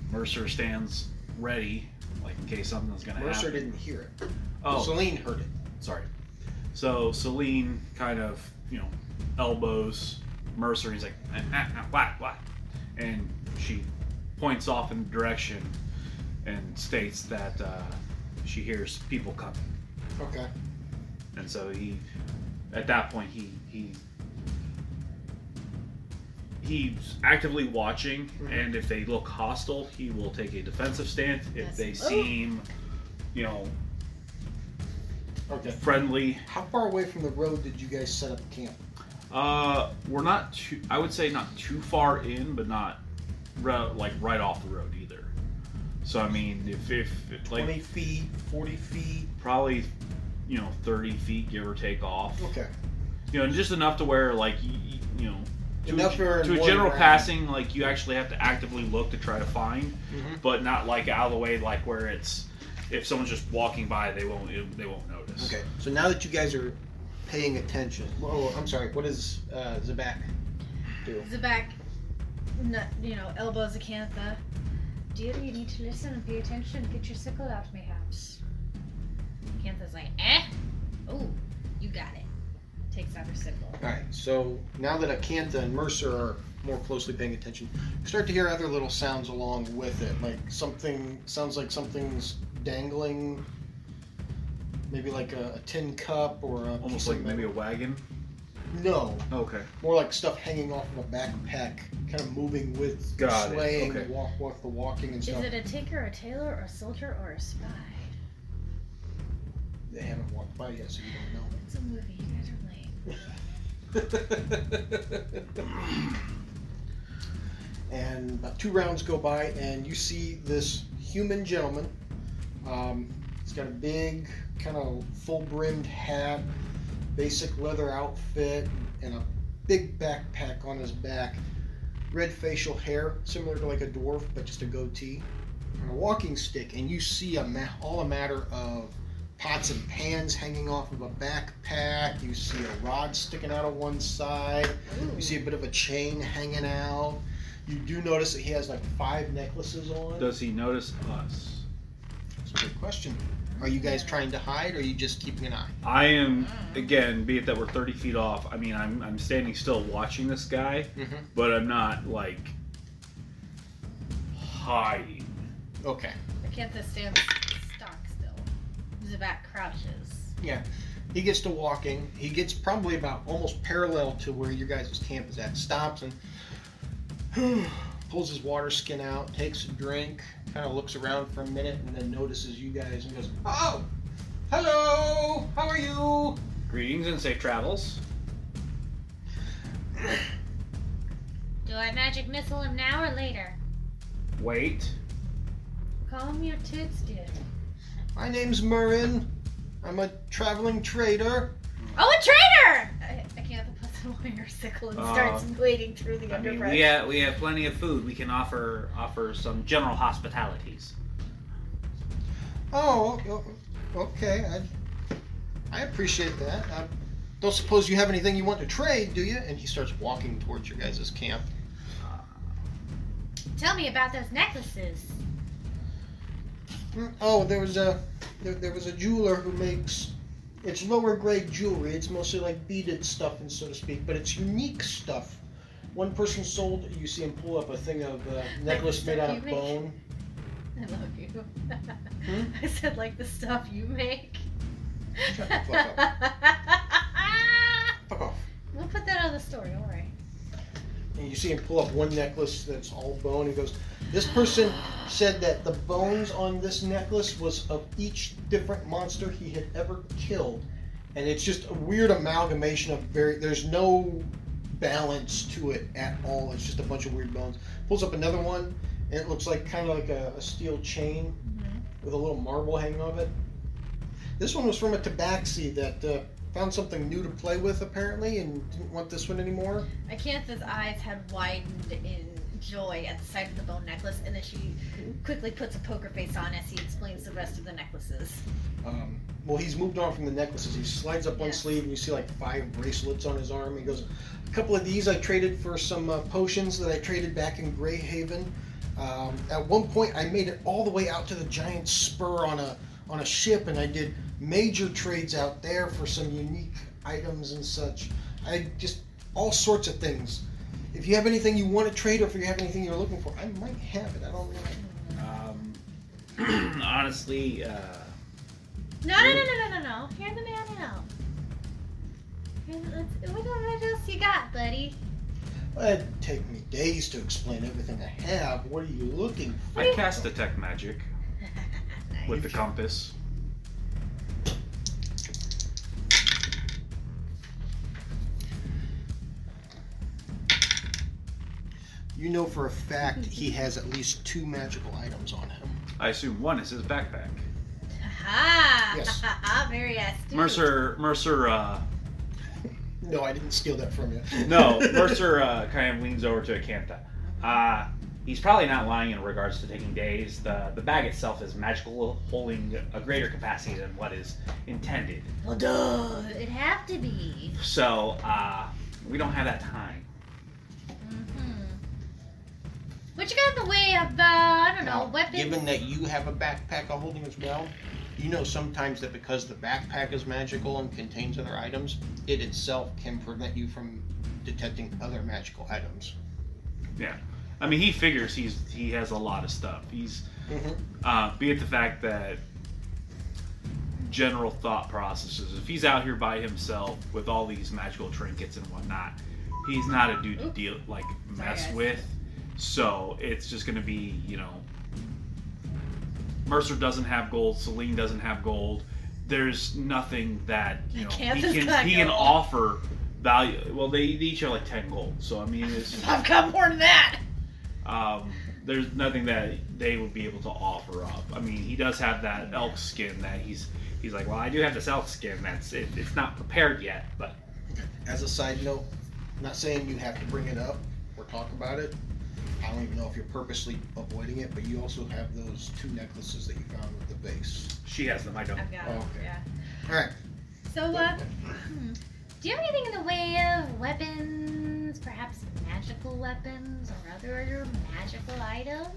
Speaker 3: Mercer stands ready, like in case something's gonna
Speaker 1: Mercer
Speaker 3: happen.
Speaker 1: didn't hear it.
Speaker 3: oh,
Speaker 1: Celine heard it.
Speaker 3: sorry. So Celine kind of you know elbows Mercer. And he's like, "Ah, ah, ah, what, what? And she points off in the direction and states that uh, she hears people coming.
Speaker 1: Okay.
Speaker 3: And so he, at that point, he he he's actively watching,
Speaker 2: Mm-hmm.
Speaker 3: and if they look hostile, he will take a defensive stance. If
Speaker 2: Yes.
Speaker 3: they
Speaker 2: Oh.
Speaker 3: seem, you know,
Speaker 1: Okay.
Speaker 3: friendly,
Speaker 1: How far away from the road did you guys set up camp?
Speaker 3: uh, we're not too. I would say not too far in, but not re- like right off the road either. So I mean, if if like
Speaker 1: 20 feet, 40 feet.
Speaker 3: probably, you know, thirty feet give or take off.
Speaker 1: Okay.
Speaker 3: you know, just enough to where like you, you know, to,
Speaker 1: Enough for
Speaker 3: a, to a
Speaker 1: one
Speaker 3: general
Speaker 1: round.
Speaker 3: passing, like you actually have to actively look to try to find,
Speaker 1: Mhm.
Speaker 3: but not like out of the way, like where it's if someone's just walking by, they won't it, they won't notice.
Speaker 1: Okay. So now that you guys are paying attention. Oh, I'm sorry. What does uh, Zabak do?
Speaker 2: Zabak, nut, you know, elbows Acantha. Dear, you need to listen and pay attention. Get your sickle out, mayhaps. Acantha's like, eh? Oh, you got it. Takes out her sickle.
Speaker 1: All right. So now that Acantha and Mercer are more closely paying attention, you start to hear other little sounds along with it. Like something sounds like something's dangling. Maybe like a, a tin cup or a
Speaker 3: Almost
Speaker 1: piece
Speaker 3: like
Speaker 1: of
Speaker 3: maybe a
Speaker 1: metal.
Speaker 3: wagon.
Speaker 1: No,
Speaker 3: Okay.
Speaker 1: more like stuff hanging off of a backpack, kind of moving with
Speaker 3: Got it,
Speaker 1: swaying,
Speaker 3: okay.
Speaker 1: the walk, walk, the walking and
Speaker 2: Is
Speaker 1: stuff.
Speaker 2: it a tinker, a tailor, or a soldier, or a spy?
Speaker 1: They haven't walked by yet, so you don't know.
Speaker 2: It's a movie. You guys are lame.
Speaker 1: and about two rounds go by, and you see this human gentleman. Um, he's got a big, kind of full brimmed hat, basic leather outfit, and a big backpack on his back. Red facial hair, similar to like a dwarf, but just a goatee. And a walking stick, and you see a ma- all a matter of pots and pans hanging off of a backpack. You see a rod sticking out of one side. You see a bit of a chain hanging out. You do notice that he has like five necklaces on.
Speaker 3: Does he notice us?
Speaker 1: That's a good question. Are you guys trying to hide, or are you just keeping an eye?
Speaker 3: I am again, be it that we're thirty feet off. I mean, I'm I'm standing still watching this guy,
Speaker 1: Mhm.
Speaker 3: but I'm not like hiding.
Speaker 1: Okay.
Speaker 2: The Kantha stands stock still. The back crouches.
Speaker 1: He gets to walking. He gets probably about almost parallel to where your guys' camp is at. Stops and pulls his water skin out, takes a drink, kind of looks around for a minute, and then notices you guys and goes, "Oh, hello. How are you?"
Speaker 3: Greetings and safe travels.
Speaker 2: Do I magic missile him now or later?
Speaker 3: Wait.
Speaker 2: Call him your toots, dude.
Speaker 1: My name's Murin. I'm a traveling trader.
Speaker 2: Oh, a traitor! I, I can't puts the warrior sickle and
Speaker 1: Oh.
Speaker 3: Uh,
Speaker 2: starts wading through the underbrush.
Speaker 3: have we have plenty of food. We can offer offer some general hospitalities.
Speaker 1: Oh, o- o- okay. I, I appreciate that. I don't suppose you have anything you want to trade, do you? And he starts walking towards your guys' camp.
Speaker 2: Tell me about those necklaces.
Speaker 1: Mm, Oh, there was a there, there was a jeweler who makes it's lower grade jewelry. It's mostly like beaded stuff and so to speak, but it's unique stuff. One person sold. You see him pull up a thing of uh, necklace
Speaker 2: stuff
Speaker 1: made out
Speaker 2: you
Speaker 1: of
Speaker 2: make.
Speaker 1: bone.
Speaker 2: I love you.
Speaker 1: Hmm?
Speaker 2: I said, like the stuff you make.
Speaker 1: Shut the fuck Fuck off.
Speaker 2: we'll put that on the story, alright.
Speaker 1: And you see him pull up one necklace that's all bone. He goes, This person said that the bones on this necklace was of each different monster he had ever killed. And it's just a weird amalgamation of very, there's no balance to it at all. It's just a bunch of weird bones. Pulls up another one, and it looks like kind of like a, a steel chain with a little marble hanging off it. This one was from a tabaxi that uh, found something new to play with apparently and didn't want this one anymore.
Speaker 2: Acantha's eyes had widened in joy at the sight of the bone necklace, and then she quickly puts a poker face on as he explains the rest of the necklaces.
Speaker 1: Um, well, he's moved on from the necklaces. He slides up one
Speaker 2: Yes.
Speaker 1: sleeve, and you see like five bracelets on his arm. He goes, "A couple of these I traded for some uh, potions that I traded back in Greyhaven. Um, at one point, I made it all the way out to the Giant Spur on a on a ship, and I did major trades out there for some unique items and such. I just all sorts of things. If you have anything you want to trade, or if you have anything you're looking for, I might have it. I don't know.
Speaker 3: Um, honestly, uh,
Speaker 2: No, no, no, no, no, no, no. Hear the man out. Hear the- let's- What what else you got, buddy?
Speaker 1: It'd take me days to explain everything I have. What are you looking for?
Speaker 3: I cast detect magic
Speaker 2: Nice.
Speaker 3: with the compass.
Speaker 1: You know for a fact he has at least two magical items on him.
Speaker 3: I assume one is his backpack.
Speaker 2: Ha
Speaker 1: Yes.
Speaker 2: ha! Ah, Very astute.
Speaker 3: Mercer Mercer uh,
Speaker 1: No, I didn't steal that from you.
Speaker 3: No, Mercer uh, kind of leans over to Acantha. Uh, he's probably not lying in regards to taking days. The, the bag itself is magical, holding a greater capacity than what is intended.
Speaker 2: Well, duh. It'd have to be.
Speaker 3: So, uh, we don't have that time.
Speaker 2: hmm What you got in the way of, uh, I don't know,
Speaker 1: Now,
Speaker 2: weapons?
Speaker 1: Given that you have a backpack I'm holding as well, you know sometimes that because the backpack is magical and contains other items, it itself can prevent you from detecting other magical items.
Speaker 3: I mean, he figures he's he Mm-hmm. has a lot of stuff. He's
Speaker 1: Mhm.
Speaker 3: uh, be it the fact that general thought processes. If he's out here by himself with all these magical trinkets and whatnot, he's not a dude to
Speaker 2: Oop.
Speaker 3: deal like
Speaker 2: Sorry,
Speaker 3: mess
Speaker 2: guys.
Speaker 3: with. So it's just gonna be, you know, Mercer doesn't have gold, Celine doesn't have gold. There's nothing that you know he
Speaker 2: Candace
Speaker 3: can
Speaker 2: got
Speaker 3: he can
Speaker 2: gold.
Speaker 3: offer value. Well, they, they each have like ten gold, so I mean, it's,
Speaker 2: I've got more than that.
Speaker 1: Oh,
Speaker 3: um, there's nothing that they would be able to offer up. I mean, he does have that elk skin that he's he's like, well, I do have this elk skin that's it, it's not prepared yet, but
Speaker 1: As a side note, I'm not saying you have to bring it up or talk about it. I don't even know if you're purposely avoiding it, but you also have those two necklaces that you found with the base.
Speaker 3: she has them. I don't.
Speaker 2: I've got
Speaker 1: Oh,
Speaker 2: it.
Speaker 1: okay.
Speaker 2: Yeah.
Speaker 1: All right.
Speaker 2: So, uh, hmm, do you have anything in the way of weapons? Perhaps magical weapons or other magical items?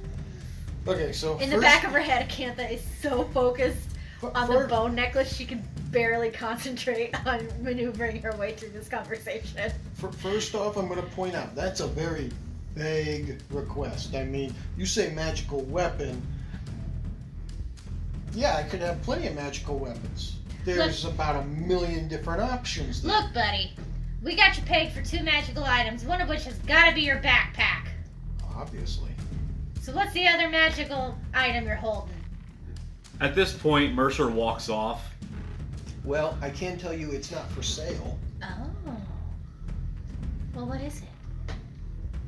Speaker 1: Okay, so
Speaker 2: In the back of her head, Cantha is so focused on the bone necklace she can barely concentrate on maneuvering her way through this conversation.
Speaker 1: Fir- First off, I'm going to point out that's a very vague request. I mean, you say magical weapon. Yeah, I could have plenty of magical weapons. There's about a million different options. There.
Speaker 2: Look, buddy, we got you pegged for two magical items, one of which has got to be your backpack.
Speaker 1: Obviously.
Speaker 2: So, what's the other magical item you're holding?
Speaker 3: At this point, Mercer walks off.
Speaker 1: Well, I can tell you it's not for sale.
Speaker 2: Oh. Well, what is it?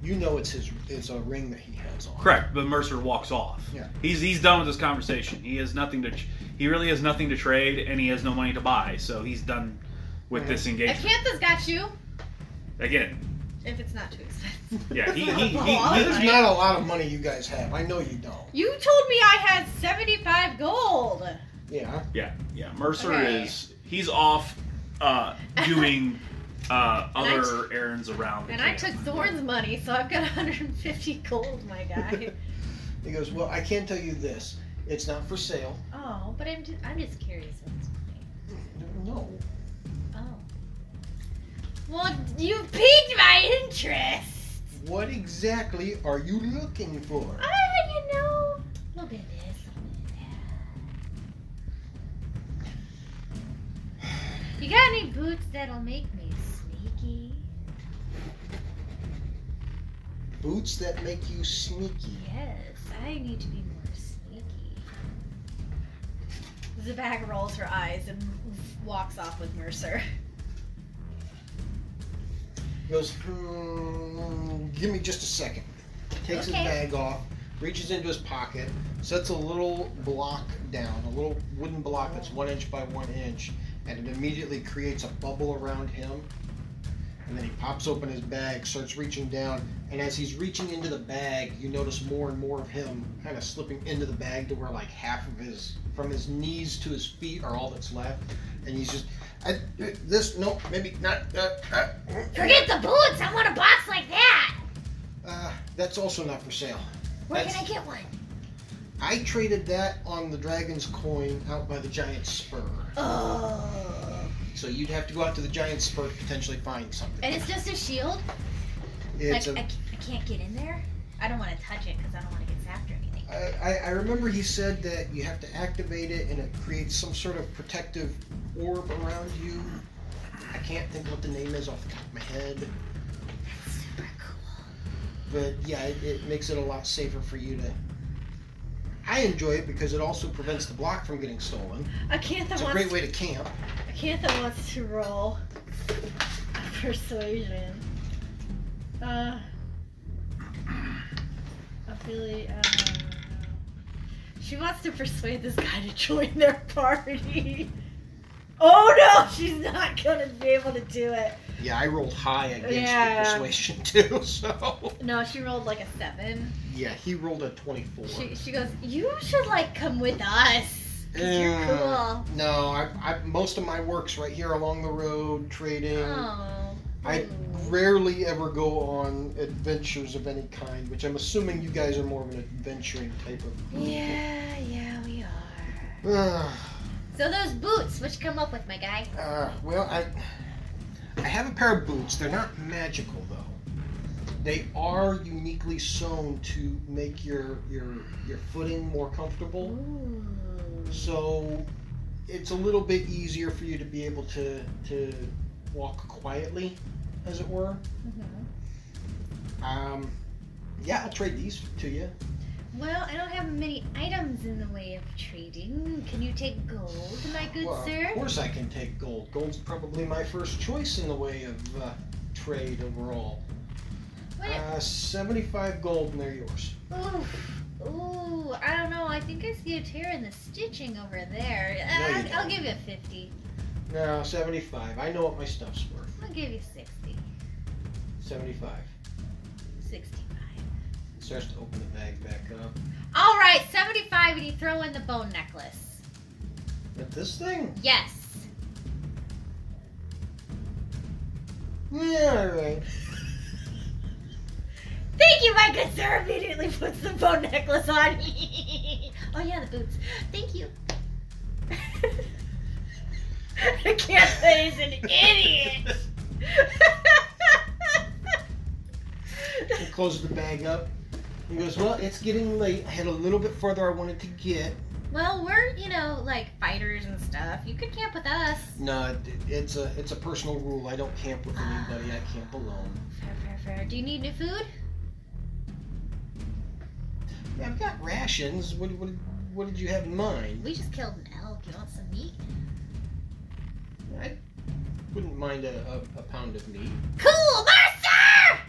Speaker 1: You know it's his. It's a ring that he has on.
Speaker 3: Correct, but Mercer walks off.
Speaker 1: Yeah.
Speaker 3: He's he's done with this conversation. He has nothing to. tr- He really has nothing to trade, and he has no money to buy. So he's done with this engagement.
Speaker 2: Acantha's got you,
Speaker 3: Again,
Speaker 2: if it's not too expensive.
Speaker 3: yeah, he he, he,
Speaker 2: Oh,
Speaker 3: he-
Speaker 2: I
Speaker 1: There's not a lot of money you guys have. I know you don't.
Speaker 2: You told me I had 75 gold.
Speaker 1: Yeah.
Speaker 3: yeah yeah. Mercer
Speaker 2: Okay.
Speaker 3: is he's off uh, doing uh,
Speaker 2: And I
Speaker 3: other errands around. The
Speaker 2: And I
Speaker 3: camp.
Speaker 2: took Thorne's money, so I've got 150 gold, my guy.
Speaker 1: He goes. Well, I can tell you this. It's not for sale.
Speaker 2: oh, but I'm just, I'm just curious. What it's for.
Speaker 1: No.
Speaker 2: Oh. Well, you piqued my interest.
Speaker 1: What exactly are you looking for?
Speaker 2: Ah, you know, a little bit of this, a little bit of that. You got any boots that'll make me sneaky?
Speaker 1: Boots that make you sneaky.
Speaker 2: Yes, I need to be more sneaky. Zabag rolls her eyes and walks off with Mercer.
Speaker 1: Goes, hmm, give me just a second. Takes
Speaker 2: Okay.
Speaker 1: his bag off, reaches into his pocket, sets a little block down, a little wooden block that's one inch by one inch, and it immediately creates a bubble around him. And then he pops open his bag, starts reaching down, and as he's reaching into the bag, you notice more and more of him kind of slipping into the bag to where like half of his, from his knees to his feet, are all that's left. And he's just, I, this, no, maybe not. Uh, uh,
Speaker 2: Forget the boots! I want a box like that!
Speaker 1: Uh, that's also not for sale.
Speaker 2: Where
Speaker 1: That's-
Speaker 2: can I get one?
Speaker 1: I traded that on the dragon's coin out by the giant spur.
Speaker 2: Oh.
Speaker 1: So you'd have to go out to the giant spur to potentially find something.
Speaker 2: And it's just a shield?
Speaker 1: It's
Speaker 2: like,
Speaker 1: a-
Speaker 2: I I, c- I can't get in there? I don't want to touch it because I don't want to get zapped or anything.
Speaker 1: I, I, I remember he said that you have to activate it and it creates some sort of protective orb around you. I can't think what the name is off the top of my head,
Speaker 2: That's super cool.
Speaker 1: but yeah, it, it makes it a lot safer for you to. I enjoy it because it also prevents the block from getting stolen. It's
Speaker 2: Acantha
Speaker 1: a great
Speaker 2: wants,
Speaker 1: way to camp.
Speaker 2: Acantha wants to roll a persuasion. Uh, affili- uh, she wants to persuade this guy to join their party. Oh no, she's not gonna be able to do it.
Speaker 1: Yeah, I rolled high against
Speaker 2: Yeah.
Speaker 1: the persuasion too, so
Speaker 2: No, she rolled like a seven.
Speaker 1: yeah, he rolled a twenty-four.
Speaker 2: She, she goes, You should like come with us. 'cause you're
Speaker 1: Yeah.
Speaker 2: cool.
Speaker 1: No, I, I most of my works right here along the road trading.
Speaker 2: Oh.
Speaker 1: I
Speaker 2: ooh.
Speaker 1: rarely ever go on adventures of any kind, which I'm assuming you guys are more of an adventuring type of. group.
Speaker 2: Yeah, yeah, we are.
Speaker 1: Ah,
Speaker 2: So those boots, what you come up with, my guy?
Speaker 1: ah, well, I I have a pair of boots. They're not magical though. They are uniquely sewn to make your your your footing more comfortable.
Speaker 2: Ooh.
Speaker 1: So it's a little bit easier for you to be able to to walk quietly, as it were.
Speaker 5: Mhm.
Speaker 1: Um, yeah, I'll trade these to you.
Speaker 2: Well, I don't have many items in the way of trading. Can you take gold, my good
Speaker 1: Well,
Speaker 2: sir?
Speaker 1: Of course, I can take gold. Gold's probably my first choice in the way of uh, trade overall.
Speaker 2: What?
Speaker 1: Uh, Seventy-five gold, and they're yours.
Speaker 2: Oof. Ooh, I don't know. I think I see a tear in the stitching over there.
Speaker 1: No, you
Speaker 2: Uh,
Speaker 1: don't.
Speaker 2: I'll, give you 50.
Speaker 1: No, seventy-five. I know what my stuff's worth.
Speaker 2: I'll give you 60.
Speaker 1: Seventy-five.
Speaker 2: 65.
Speaker 1: It starts to open the bag back up.
Speaker 2: All right, 75 and you throw in the bone necklace.
Speaker 1: But this thing.
Speaker 2: Yes.
Speaker 1: Yeah, all right.
Speaker 2: Thank you, my good sir. Immediately puts the bone necklace on. oh, yeah, the boots. Thank you. I can't say he's an idiot.
Speaker 1: He closes the bag up. He goes, Well, it's getting late. I had a little bit further I wanted to get.
Speaker 2: well, we're, you know, like fighters and stuff. You could camp with us.
Speaker 1: No, it- it's a it's a personal rule. I don't camp with anybody. I camp alone.
Speaker 2: Fair, fair, fair. Do you need new food?
Speaker 1: Yeah, I've got rations. What, what, what did you have in mind?
Speaker 2: We just killed an elk. You want some meat?
Speaker 1: I wouldn't mind a, a, a pound of meat.
Speaker 2: Cool, master!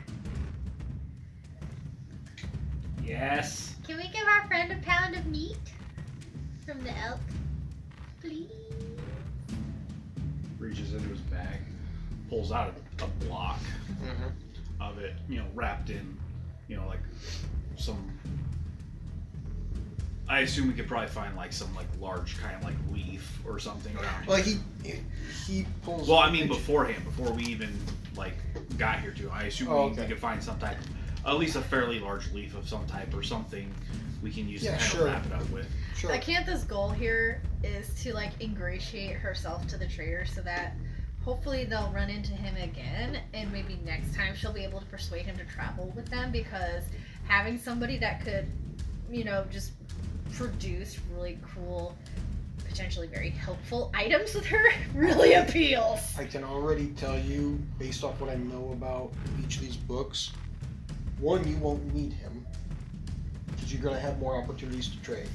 Speaker 3: Yes.
Speaker 2: Can we give our friend a pound of meat from the elk? Please?
Speaker 3: Reaches into his bag, pulls out a, a block
Speaker 1: Mm-hmm.
Speaker 3: of it, you know, wrapped in, you know, like some. I assume we could probably find like some like large kind of like leaf or something around.
Speaker 1: Well,
Speaker 3: here.
Speaker 1: he he pulls.
Speaker 3: Well, I mean beforehand, before we even like got here too. I assume
Speaker 1: Oh,
Speaker 3: we, we
Speaker 1: okay.
Speaker 3: could find some type, at least a fairly large leaf of some type or something we can use
Speaker 1: Yeah,
Speaker 3: to kind
Speaker 1: sure.
Speaker 3: of wrap it up with.
Speaker 1: Sure.
Speaker 5: Acantha's goal here is to like ingratiate herself to the trader so that hopefully they'll run into him again and maybe next time she'll be able to persuade him to travel with them because having somebody that could, you know, just produce really cool, potentially very helpful items with her really appeals.
Speaker 1: I can already tell you, based off what I know about each of these books, one, you won't need him because you're going to have more opportunities to trade.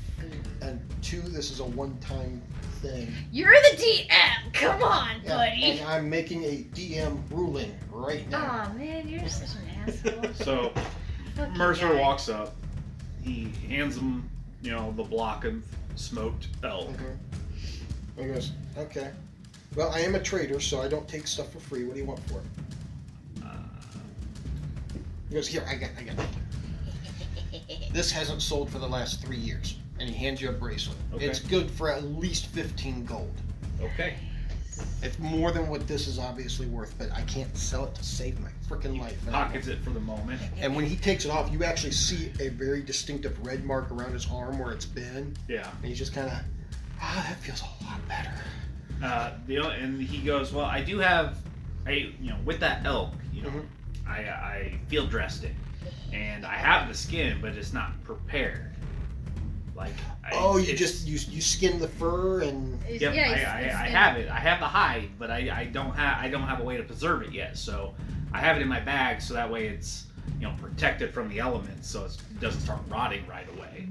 Speaker 1: And two, this is a one time thing.
Speaker 5: You're the DM. Come on,
Speaker 1: Yeah,
Speaker 5: buddy.
Speaker 1: And I'm making a DM ruling right now.
Speaker 2: Aw, man, you're such an asshole.
Speaker 3: So
Speaker 2: Fucking
Speaker 3: Mercer
Speaker 2: guy.
Speaker 3: walks up. He hands him, you know, the block of smoked elk.
Speaker 1: Mhm. He goes, okay. Well, I am a trader, so I don't take stuff for free. What do you want for it?
Speaker 3: Uh,
Speaker 1: He goes, here, I got, I got. it. This hasn't sold for the last three years, and he hands you a bracelet.
Speaker 3: Okay.
Speaker 1: It's good for at least fifteen gold.
Speaker 3: okay.
Speaker 1: It's more than what this is obviously worth, but I can't sell it to save my freaking life. And, I-
Speaker 3: Pockets it for the moment.
Speaker 1: and when he takes it off, you actually see a very distinctive red mark around his arm where it's been,
Speaker 3: Yeah.
Speaker 1: and he's just kind of, ah, that feels a lot better.
Speaker 3: Uh, the o- and he goes, well, I do have, I you know, with that elk, you know,
Speaker 1: Mhm.
Speaker 3: I uh, I field dressed it, and I have the skin, but it's not prepared. Like. I,
Speaker 1: oh, you
Speaker 3: it's-
Speaker 1: just you you skin the fur and
Speaker 3: Yep,
Speaker 5: Yeah, he's-
Speaker 3: I,
Speaker 5: he's
Speaker 3: I, I
Speaker 5: been-
Speaker 3: have it. I have the hide, but I, I don't have I don't have a way to preserve it yet. So I have it in my bag, so that way it's you know protected from the elements, so it's- it doesn't start rotting right away.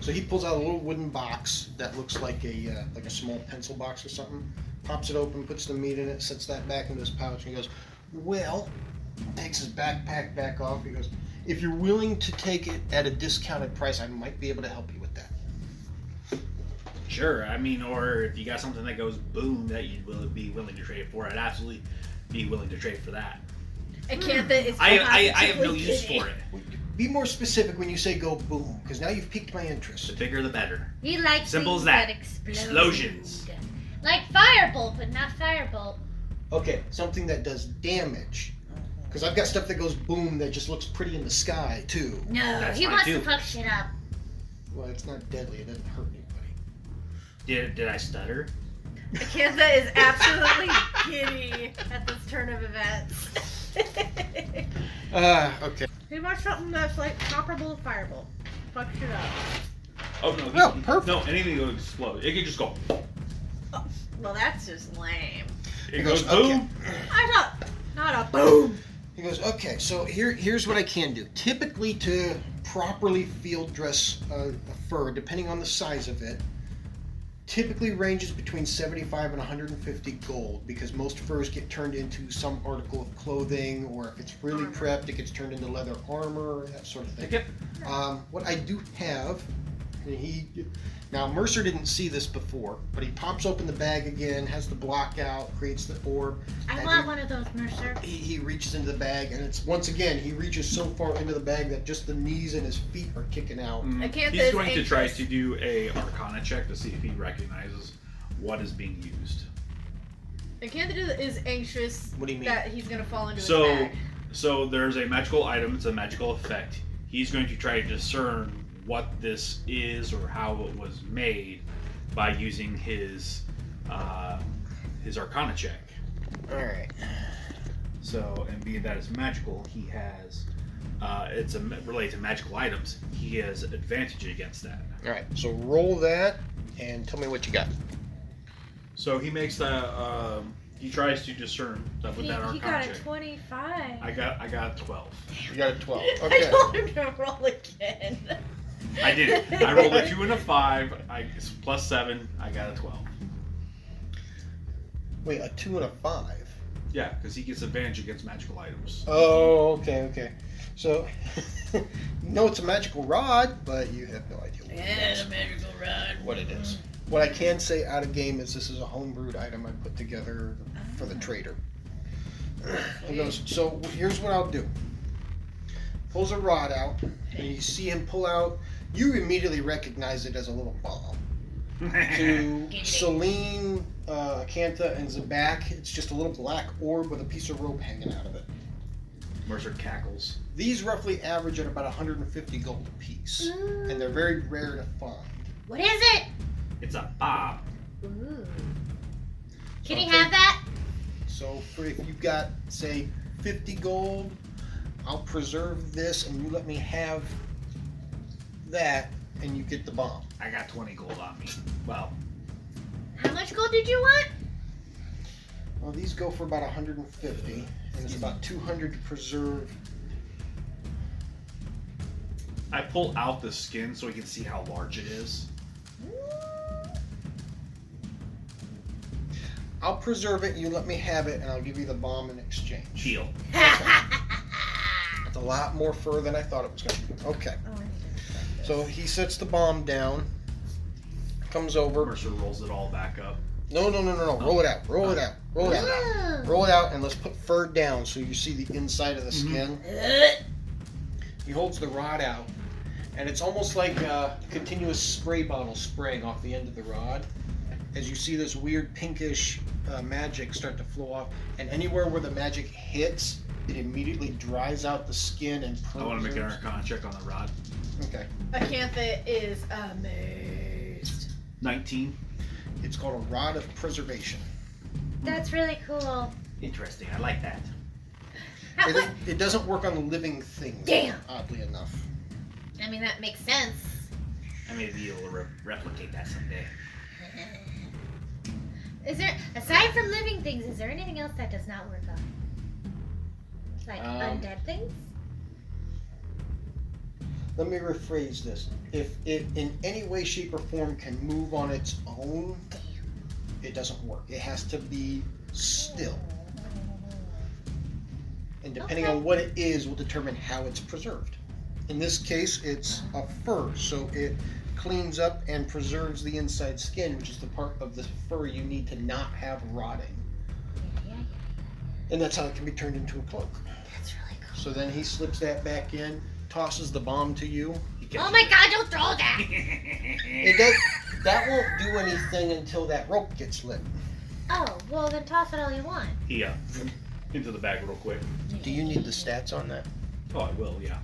Speaker 1: So he pulls out a little wooden box that looks like a uh, like a small pencil box or something. Pops it open, puts the meat in it, sets that back into his pouch, and he goes, "Well," takes his backpack back off. He goes, "If you're willing to take it at a discounted price, I might be able to help you with that."
Speaker 3: Sure, I mean, or if you got something that goes boom that you will be willing to trade for, I'd absolutely be willing to trade for that.
Speaker 5: Acantha is
Speaker 3: Hmm. I I, I have no
Speaker 5: positively
Speaker 3: use
Speaker 5: kidding.
Speaker 3: for it.
Speaker 1: Be more specific when you say "go boom," because now you've piqued my
Speaker 3: The
Speaker 1: interest.
Speaker 3: bigger the better.
Speaker 2: He likes
Speaker 3: Simple
Speaker 2: things
Speaker 3: as that.
Speaker 2: explode.
Speaker 3: Explosions.
Speaker 2: Like firebolt, but not firebolt.
Speaker 1: Okay, something that does damage. Because I've got stuff that goes boom that just looks pretty in the sky too.
Speaker 2: No,
Speaker 3: That's
Speaker 2: he
Speaker 3: fine,
Speaker 2: wants
Speaker 3: too.
Speaker 2: to fuck shit up.
Speaker 1: Well, it's not deadly; it doesn't hurt anybody.
Speaker 3: Did did I stutter?
Speaker 5: Acantha is absolutely giddy at this turn of events.
Speaker 1: Ah, okay.
Speaker 5: he wants something that's like comparable to Firebolt. Fuck shit up.
Speaker 3: Oh no! he-
Speaker 1: No, perfect.
Speaker 3: No, anything that would explode. It could just go.
Speaker 6: Oh, Well, that's just lame.
Speaker 3: It goes
Speaker 1: goes, okay.
Speaker 3: boom.
Speaker 6: I thought, not a boom.
Speaker 1: He goes, okay, so here, here's what I can do. Typically, to properly field dress a, a fur, depending on the size of it, typically ranges between 75 and 150 gold because most furs get turned into some article of clothing, or if it's really
Speaker 6: Armor.
Speaker 1: prepped, it gets turned into leather armor, that sort of thing.
Speaker 3: Yep.
Speaker 1: Um, what I do have, and he now Mercer didn't see this before, but he pops open the bag again, has the block out, creates the orb.
Speaker 6: I
Speaker 1: and
Speaker 6: want one of those, Mercer.
Speaker 1: he, he reaches into the bag, and it's once again he reaches so far into the bag that just the knees and his feet are kicking out.
Speaker 2: I can't say
Speaker 3: Mm. He's
Speaker 2: it's
Speaker 3: going to try
Speaker 2: anxious.
Speaker 3: to do a Arcana check to see if he recognizes what is being used.
Speaker 2: Acantha is anxious
Speaker 1: What do you mean?
Speaker 2: that he's gonna fall into
Speaker 3: So-
Speaker 2: his bag.
Speaker 3: So there's a magical item. It's a magical effect. He's going to try to discern what this is or how it was made by using his uh, his Arcana check.
Speaker 1: All right.
Speaker 3: So, and being that it's magical, he has uh, it's a related to magical items. He has advantage against that.
Speaker 1: All right. So roll that and tell me what you got.
Speaker 3: So he makes the um, he tries to discern that with
Speaker 6: He,
Speaker 3: that Arcana
Speaker 6: he got a
Speaker 3: check.
Speaker 6: twenty-five.
Speaker 3: I got I got a twelve.
Speaker 1: You got a 12.
Speaker 6: I
Speaker 1: Oh, Okay.
Speaker 6: told him to roll again.
Speaker 3: I did it. I rolled a two and a five. I it's plus seven. I got a twelve.
Speaker 1: Wait, a two and a five.
Speaker 3: Yeah, because he gets advantage against magical items.
Speaker 1: Oh, okay, okay. So, no, it's a magical rod, but you have no idea what it
Speaker 2: Yeah,
Speaker 1: is.
Speaker 2: magical rod.
Speaker 1: What it is. What I can say out of game is this is a homebrewed item I put together for the trader. He goes, so here's what I'll do. Pulls a rod out, and you see him pull out. You immediately recognize it as a little bomb. To Celine, uh, Acantha, and Zabak, it's just a little black orb with a piece of rope hanging out of it.
Speaker 3: Mercer cackles.
Speaker 1: These roughly average at about 150 gold apiece,
Speaker 2: Mm.
Speaker 6: Ooh.
Speaker 1: and they're very rare to find.
Speaker 6: What is it?
Speaker 3: It's a bob.
Speaker 6: Ooh. Can he
Speaker 1: Okay.
Speaker 6: have that?
Speaker 1: So for if you've got say 50 gold, I'll preserve this, and you let me have that, and you get the bomb.
Speaker 3: I got twenty gold on me. Well,
Speaker 6: How much gold did you want?
Speaker 1: Well, these go for about 150, and it's about 200 to preserve.
Speaker 3: I pull out the skin so we can see how large it is.
Speaker 1: I'll preserve it. You let me have it, and I'll give you the bomb in exchange.
Speaker 3: Heal.
Speaker 6: oh,
Speaker 1: It's a lot more fur than I thought it was going to be. Okay.
Speaker 2: Oh,
Speaker 1: So he sets the bomb down, comes over.
Speaker 3: Mercer rolls it all back up.
Speaker 1: No, no, no, no, no. Roll it out. Roll it out. Roll it out. Roll it out, and let's put fur down so you see the inside of the
Speaker 3: Mm-hmm.
Speaker 1: skin. He holds the rod out, and it's almost like a continuous spray bottle spraying off the end of the rod. As you see this weird pinkish uh, magic start to flow off, and anywhere where the magic hits, it immediately dries out the skin and.
Speaker 3: I want to make an
Speaker 1: preserves-
Speaker 3: arcana check on the rod.
Speaker 1: Okay.
Speaker 2: Acantha is amazed.
Speaker 3: Nineteen.
Speaker 1: It's called a rod of preservation.
Speaker 6: That's really cool.
Speaker 3: Interesting. I like that.
Speaker 6: How,
Speaker 1: It,
Speaker 6: what?
Speaker 1: it doesn't work on living things.
Speaker 6: Damn.
Speaker 1: Oddly enough.
Speaker 6: I mean, that makes sense.
Speaker 3: I may be able to re- replicate that someday.
Speaker 6: Is there, aside from living things, is there anything else that does not work on? Like
Speaker 1: Um,
Speaker 6: undead things?
Speaker 1: Let me rephrase this. If it in any way, shape, or form can move on its own, it doesn't work. It has to be still. And depending
Speaker 6: Okay.
Speaker 1: on what it is, will determine how it's preserved. In this case, it's a fur, so it cleans up and preserves the inside skin, which is the part of the fur you need to not have rotting.
Speaker 6: Yeah,
Speaker 1: And that's how it can be turned into a cloak.
Speaker 6: That's really cool.
Speaker 1: So then he slips that back in, tosses the bomb to you.
Speaker 3: He
Speaker 6: Oh my god, don't throw that!
Speaker 1: It does. That won't do anything until that rope gets lit.
Speaker 6: Oh, well then toss it all you want.
Speaker 3: he uh, into the bag real quick.
Speaker 1: Do you need the stats on that?
Speaker 3: Oh, I will. Yeah.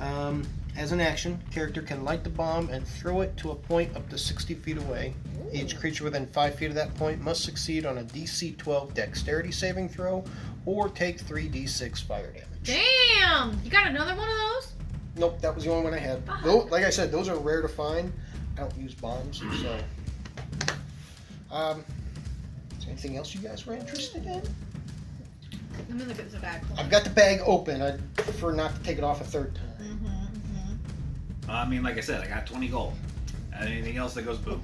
Speaker 1: Um, as an action, character can light the bomb and throw it to a point up to 60 feet away. Each creature within 5 feet of that point must succeed on a DC 12 dexterity saving throw or take 3d6 fire damage.
Speaker 2: Damn! You got another one of those?
Speaker 1: Nope, that was the only one I had.
Speaker 2: Fuck.
Speaker 1: Though, like I said, those are rare to find. I don't use bombs, so Um, is there anything else you guys were interested in?
Speaker 2: I'm gonna look at the back.
Speaker 1: I've got the bag open. I'd prefer not to take it off a third time.
Speaker 6: Mm-hmm, mm-hmm.
Speaker 3: I mean, like I said, I got 20 gold. And anything else that goes boom.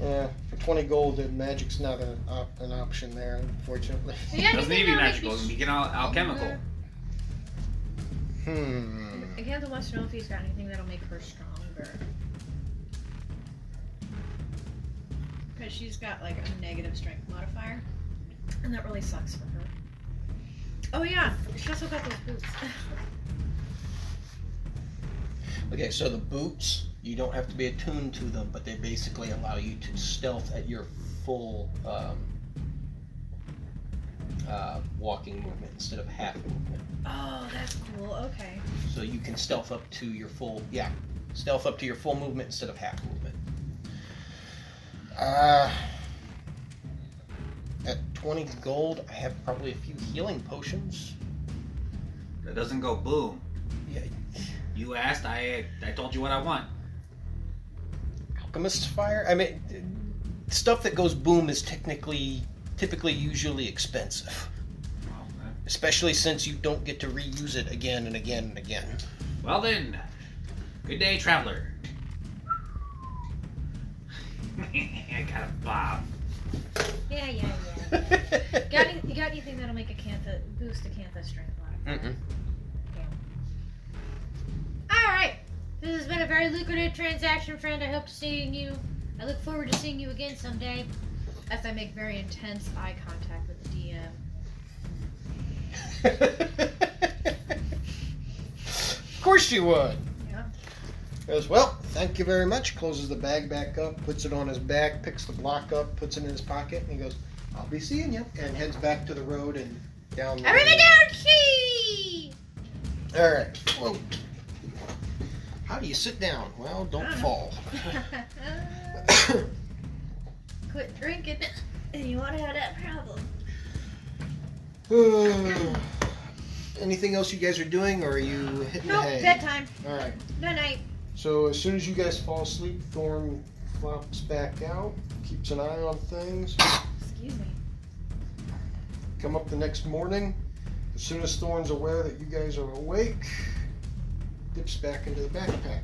Speaker 1: Yeah, for 20 gold, the magic's not an, op- an option there, unfortunately.
Speaker 2: Yeah,
Speaker 3: Doesn't need to be magical. You can al- alchemical.
Speaker 1: Hmm.
Speaker 2: Again, the wants to know if he's got anything that'll make her stronger. Because she's got like a negative strength modifier, and that really sucks for her. Oh yeah, she also got those boots.
Speaker 4: Okay, so the boots, you don't have to be attuned to them, but they basically allow you to stealth at your full um, uh, walking movement instead of half movement.
Speaker 2: oh, that's cool. Okay.
Speaker 4: So you can stealth up to your full, yeah, stealth up to your full movement instead of half movement.
Speaker 1: Uh,
Speaker 4: At 20 gold, I have probably a few healing potions.
Speaker 3: That doesn't go boom.
Speaker 4: Yeah.
Speaker 3: You asked, I I told you what I want.
Speaker 4: Alchemist's fire? I mean, uh, stuff that goes boom is technically, typically, usually expensive.
Speaker 3: Well, uh,
Speaker 4: Especially since you don't get to reuse it again and again and again.
Speaker 3: Well then, good day, traveler. I got a bob.
Speaker 2: Yeah, yeah, yeah. got any, you got anything that'll make a Cantha boost a Cantha strength modifier?
Speaker 4: Mm-mm.
Speaker 6: All right. This has been a very lucrative transaction, friend. I hope to seeing you. I look forward to seeing you again someday.
Speaker 2: As I make very intense eye contact with the DM.
Speaker 1: of course you would.
Speaker 2: Yeah.
Speaker 1: Goes, well, thank you very much. Closes the bag back up, puts it on his back, picks the block up, puts it in his pocket, and he goes, I'll be seeing you. And heads back to the road and down the
Speaker 6: Arrivederci!
Speaker 1: All right. Whoa. How do you sit down? Well, don't
Speaker 2: Ah.
Speaker 1: fall.
Speaker 2: Quit drinking, and you won't have that problem.
Speaker 1: Anything else you guys are doing, or are you hitting
Speaker 6: Nope,
Speaker 1: the hay?
Speaker 6: bedtime.
Speaker 1: All right.
Speaker 6: Good night.
Speaker 1: So as soon as you guys fall asleep, Thorn flops back out, keeps an eye on things.
Speaker 2: Excuse me.
Speaker 1: Come up the next morning. As soon as Thorn's aware that you guys are awake, dips back into the backpack.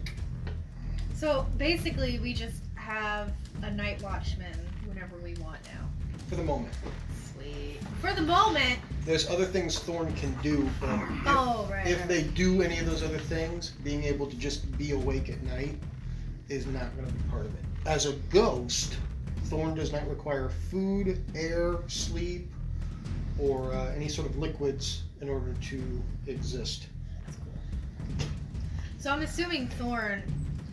Speaker 2: So basically, we just have a night watchman whenever we want now.
Speaker 1: For the moment,
Speaker 2: Sweet. For the moment.
Speaker 1: there's other things Thorn can do, but
Speaker 2: Oh right.
Speaker 1: if
Speaker 2: right,
Speaker 1: they
Speaker 2: right.
Speaker 1: do any of those other things, being able to just be awake at night is not going to be part of it. As a ghost, Thorn does not require food, air, sleep, or uh, any sort of liquids in order to exist.
Speaker 2: So I'm assuming Thorn,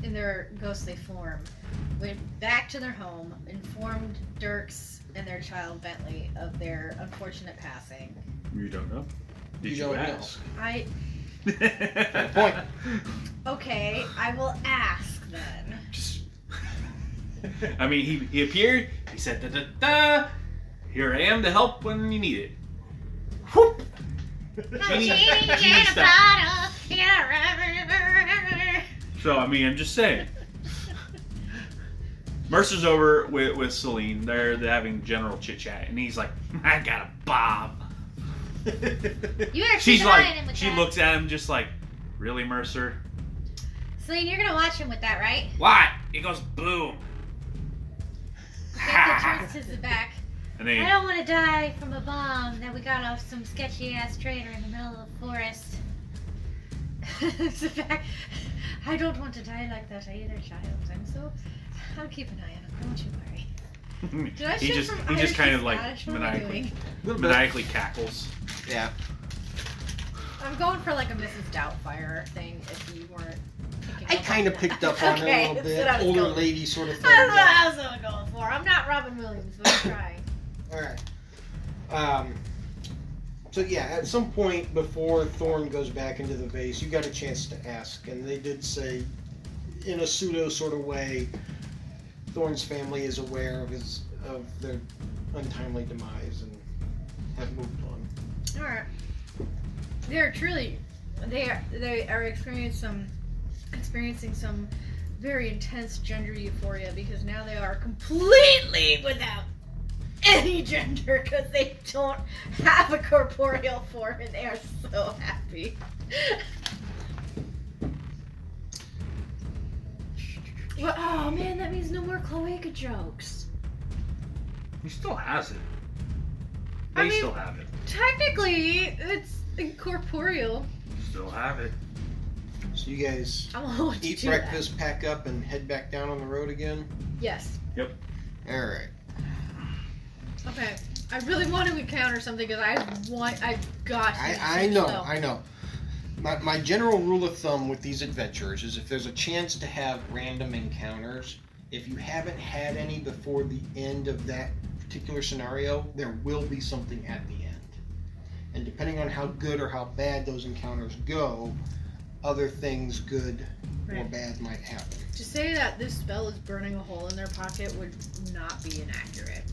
Speaker 2: in their ghostly form, went back to their home, informed Dirks and their child Bentley of their unfortunate passing.
Speaker 3: You don't know?
Speaker 1: You don't know.
Speaker 2: I
Speaker 3: Point.
Speaker 2: okay. I will ask then.
Speaker 3: Just. I mean, he, he appeared. He said, "Da da da." Here I am to help when you need it. Whoop. Genie- genie
Speaker 6: in a
Speaker 3: stuff.
Speaker 6: bottle, in a rubber.
Speaker 3: So I mean, I'm just saying. Mercer's over with with Celine. They're they're having general chit chat, and he's like, "I got a bomb."
Speaker 6: You better
Speaker 3: She's
Speaker 6: keep an eye on him
Speaker 3: like,
Speaker 6: with
Speaker 3: she
Speaker 6: that.
Speaker 3: looks at him just like, "Really, Mercer?
Speaker 6: Celine, you're gonna watch him with that, right?
Speaker 3: Why?" It goes boom,
Speaker 6: Back the to the back.
Speaker 3: and
Speaker 6: I
Speaker 3: then
Speaker 6: don't want to die from a bomb that we got off some sketchy ass trader in the middle of the forest. It's a fact. I don't want to die like that either, child. I'm so. I'll keep an eye on him. Don't you worry. Did I
Speaker 3: he
Speaker 6: shift
Speaker 3: just
Speaker 6: from
Speaker 3: he
Speaker 6: Irish
Speaker 3: just kind
Speaker 6: to
Speaker 3: of like
Speaker 2: Scottish? What am I
Speaker 3: maniacally
Speaker 2: doing?
Speaker 3: maniacally cackles.
Speaker 4: Yeah.
Speaker 2: I'm going for like a Mrs. Doubtfire thing. If you weren't. picking
Speaker 1: I
Speaker 2: up on
Speaker 1: kind of
Speaker 2: that.
Speaker 1: picked up on
Speaker 2: okay,
Speaker 1: it a little
Speaker 2: that's what I
Speaker 1: bit,
Speaker 2: was
Speaker 1: older
Speaker 2: going-
Speaker 1: lady sort of thing.
Speaker 2: That's what I was gonna go for. I'm not Robin Williams, but I'm trying.
Speaker 1: All right. Um, so yeah, at some point before Thorn goes back into the vase, you got a chance to ask, and they did say, in a pseudo sort of way, Thorn's family is aware of his of their untimely demise and have moved on.
Speaker 2: All right. They're truly, they are, they are experiencing some, experiencing some very intense gender euphoria because now they are completely without any gender because they don't have a corporeal form and they are so happy. well, oh man, that means no more cloaca jokes.
Speaker 3: He still has it. They
Speaker 2: I mean-
Speaker 3: still have it.
Speaker 2: Technically, it's incorporeal.
Speaker 3: Still have it.
Speaker 1: So you guys
Speaker 2: I'm allowed to
Speaker 1: eat
Speaker 2: do that.
Speaker 1: breakfast, pack up, and head back down on the road again.
Speaker 2: Yes.
Speaker 1: All right.
Speaker 2: Okay. I really want to encounter something because I want. I've got. to
Speaker 1: I, I
Speaker 2: research,
Speaker 1: know,
Speaker 2: though.
Speaker 1: I know. My, my general rule of thumb with these adventures is if there's a chance to have random encounters, if you haven't had any before the end of that particular scenario, there will be something at the end. And depending on how good or how bad those encounters go, other things, good or
Speaker 2: Right.
Speaker 1: bad, might happen.
Speaker 2: To say that this spell is burning a hole in their pocket would not be inaccurate.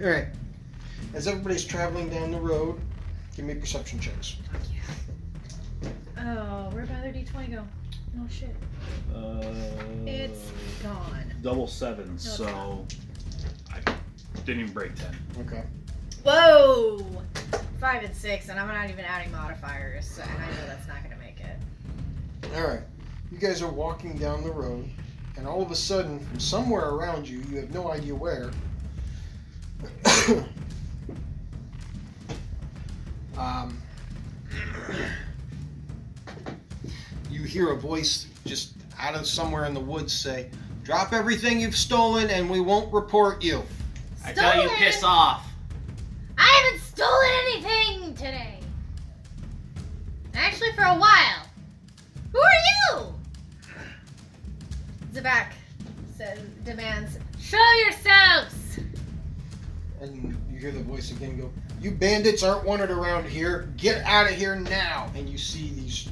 Speaker 1: All right. As everybody's traveling down the road, give me perception checks.
Speaker 2: Oh, where'd my other d20 go? No shit.
Speaker 3: Uh,
Speaker 2: It's
Speaker 1: Uh,
Speaker 2: gone.
Speaker 3: double seven,
Speaker 2: it's
Speaker 3: so I didn't even break ten.
Speaker 1: Okay.
Speaker 2: Whoa! Five and six, and I'm not even adding modifiers, so- and I know that's not gonna make it.
Speaker 1: All right. You guys are walking down the road, and all of a sudden, from somewhere around you, you have no idea where, um, you hear a voice just out of somewhere in the woods say, Drop everything you've stolen, and we won't report you.
Speaker 7: I tell you,
Speaker 6: Stolen!
Speaker 7: piss off.
Speaker 6: I haven't stolen anything today. Actually, for a while. Who are you?
Speaker 2: Zabak says, demands,
Speaker 6: Show yourselves.
Speaker 1: And you hear the voice again go, You bandits aren't wanted around here. Get out of here now. And you see these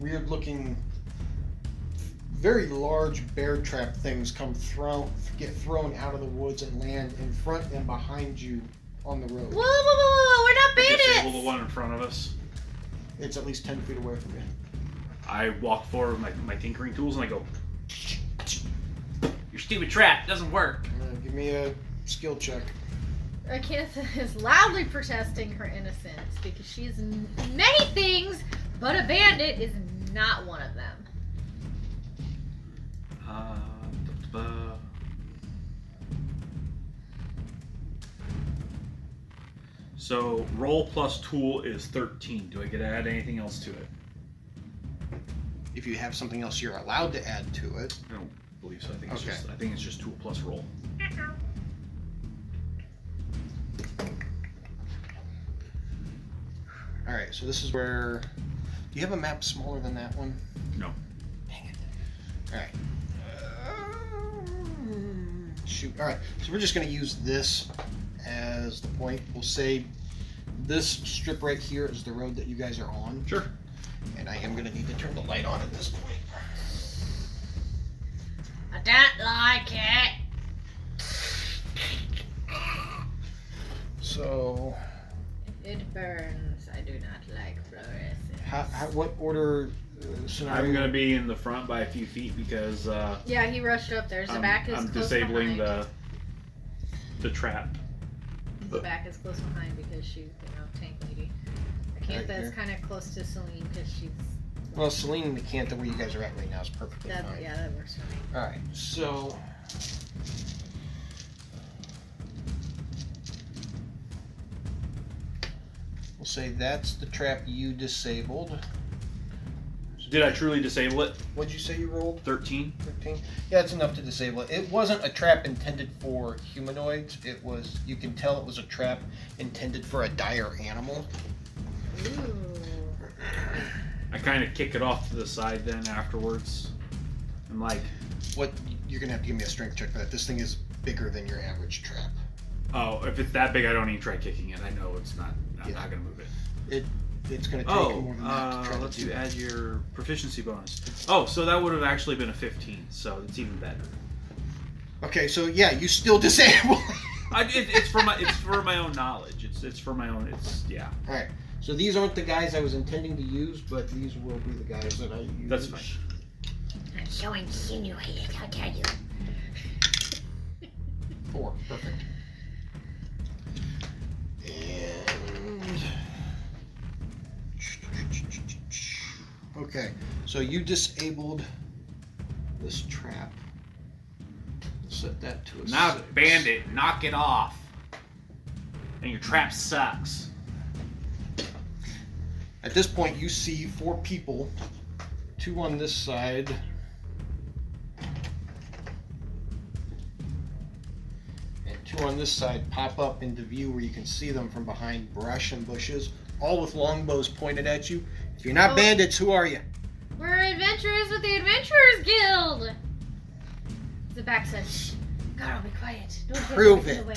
Speaker 1: weird looking, very large bear trap things come thrown, get thrown out of the woods and land in front and behind you on the road.
Speaker 2: whoa, whoa, whoa, whoa, we're not
Speaker 3: Disable the
Speaker 2: bandits!
Speaker 3: one in front of us.
Speaker 1: It's at least 10 feet away from you.
Speaker 3: I walk forward with my, my tinkering tools and I go,
Speaker 7: Your stupid trap doesn't work.
Speaker 1: Uh, give me a skill check.
Speaker 2: Acanth is loudly protesting her innocence because she is n- many things, but a bandit is not one of them.
Speaker 3: uh, da, da, da. So roll plus tool is thirteen. Do I get to add anything else to it?
Speaker 1: If you have something else you're allowed to add to it,
Speaker 3: I don't believe so. I think it's
Speaker 1: Okay.
Speaker 3: just I think it's just tool plus roll.
Speaker 1: All right, so this is where. Do you have a map smaller than that one?
Speaker 3: No.
Speaker 1: Dang it. All right. Uh, Shoot. All right, so we're just going to use this as the point. We'll say this strip right here is the road that you guys are on,
Speaker 3: Sure.
Speaker 1: and I am going to need to turn the light on at this point.
Speaker 6: I don't like it.
Speaker 1: So,
Speaker 2: It burns. I do not like fluorescence.
Speaker 1: how, how, what order uh, scenario?
Speaker 3: I'm gonna be in the front by a few feet because uh,
Speaker 2: Yeah, he rushed up there.
Speaker 3: I'm,
Speaker 2: Zabak is
Speaker 3: I'm
Speaker 2: close
Speaker 3: disabling
Speaker 2: behind.
Speaker 3: the the trap.
Speaker 2: The back is close behind because she's, you know, tank lady. Acantha
Speaker 1: Right
Speaker 2: is
Speaker 1: here.
Speaker 2: kind of close to Celine because she's.
Speaker 1: Well, Celine and Macantha, where you guys are at right now, is perfectly
Speaker 2: That,
Speaker 1: fine.
Speaker 2: yeah, that works for me.
Speaker 1: All right, so. We'll say that's the trap you disabled.
Speaker 3: Did I truly disable it?
Speaker 1: What'd you say you rolled?
Speaker 3: Thirteen.
Speaker 1: 15? Yeah, it's enough to disable it. It wasn't a trap intended for humanoids. It was, you can tell it was a trap intended for a dire animal.
Speaker 2: Ooh.
Speaker 3: I kind of kick it off to the side then afterwards. I'm like,
Speaker 1: What, you're gonna have to give me a strength check for that. This thing is bigger than your average trap.
Speaker 3: oh, if it's that big, I don't even try kicking it. I know it's not. I'm
Speaker 1: Yeah.
Speaker 3: not gonna move it.
Speaker 1: It's gonna take
Speaker 3: Oh,
Speaker 1: more than that to
Speaker 3: uh,
Speaker 1: try
Speaker 3: let's
Speaker 1: to do
Speaker 3: you add your proficiency bonus. Oh, so that would have actually been a 15, so it's even better.
Speaker 1: Okay, so yeah, you still disable.
Speaker 3: I, it, it's for my it's for my own knowledge. It's it's for my own. It's yeah.
Speaker 1: All right. So these aren't the guys I was intending to use, but these will be the guys that I use.
Speaker 3: That's fine.
Speaker 6: I'm so insinuated, I'll tell you.
Speaker 1: Four. Perfect. And. Okay, so you disabled this trap. Set that to a
Speaker 3: Now,
Speaker 1: six.
Speaker 3: bandit, knock it off. And your trap sucks.
Speaker 1: At this point, you see four people, two on this side. And two on this side pop up into view where you can see them from behind brush and bushes, all with longbows pointed at you. If you're not
Speaker 6: Oh.
Speaker 1: bandits, who are you?
Speaker 6: We're adventurers with the Adventurers Guild! The back says, "Shh, Garo, be quiet. Don't get
Speaker 1: Prove
Speaker 6: in the
Speaker 1: it."
Speaker 6: way."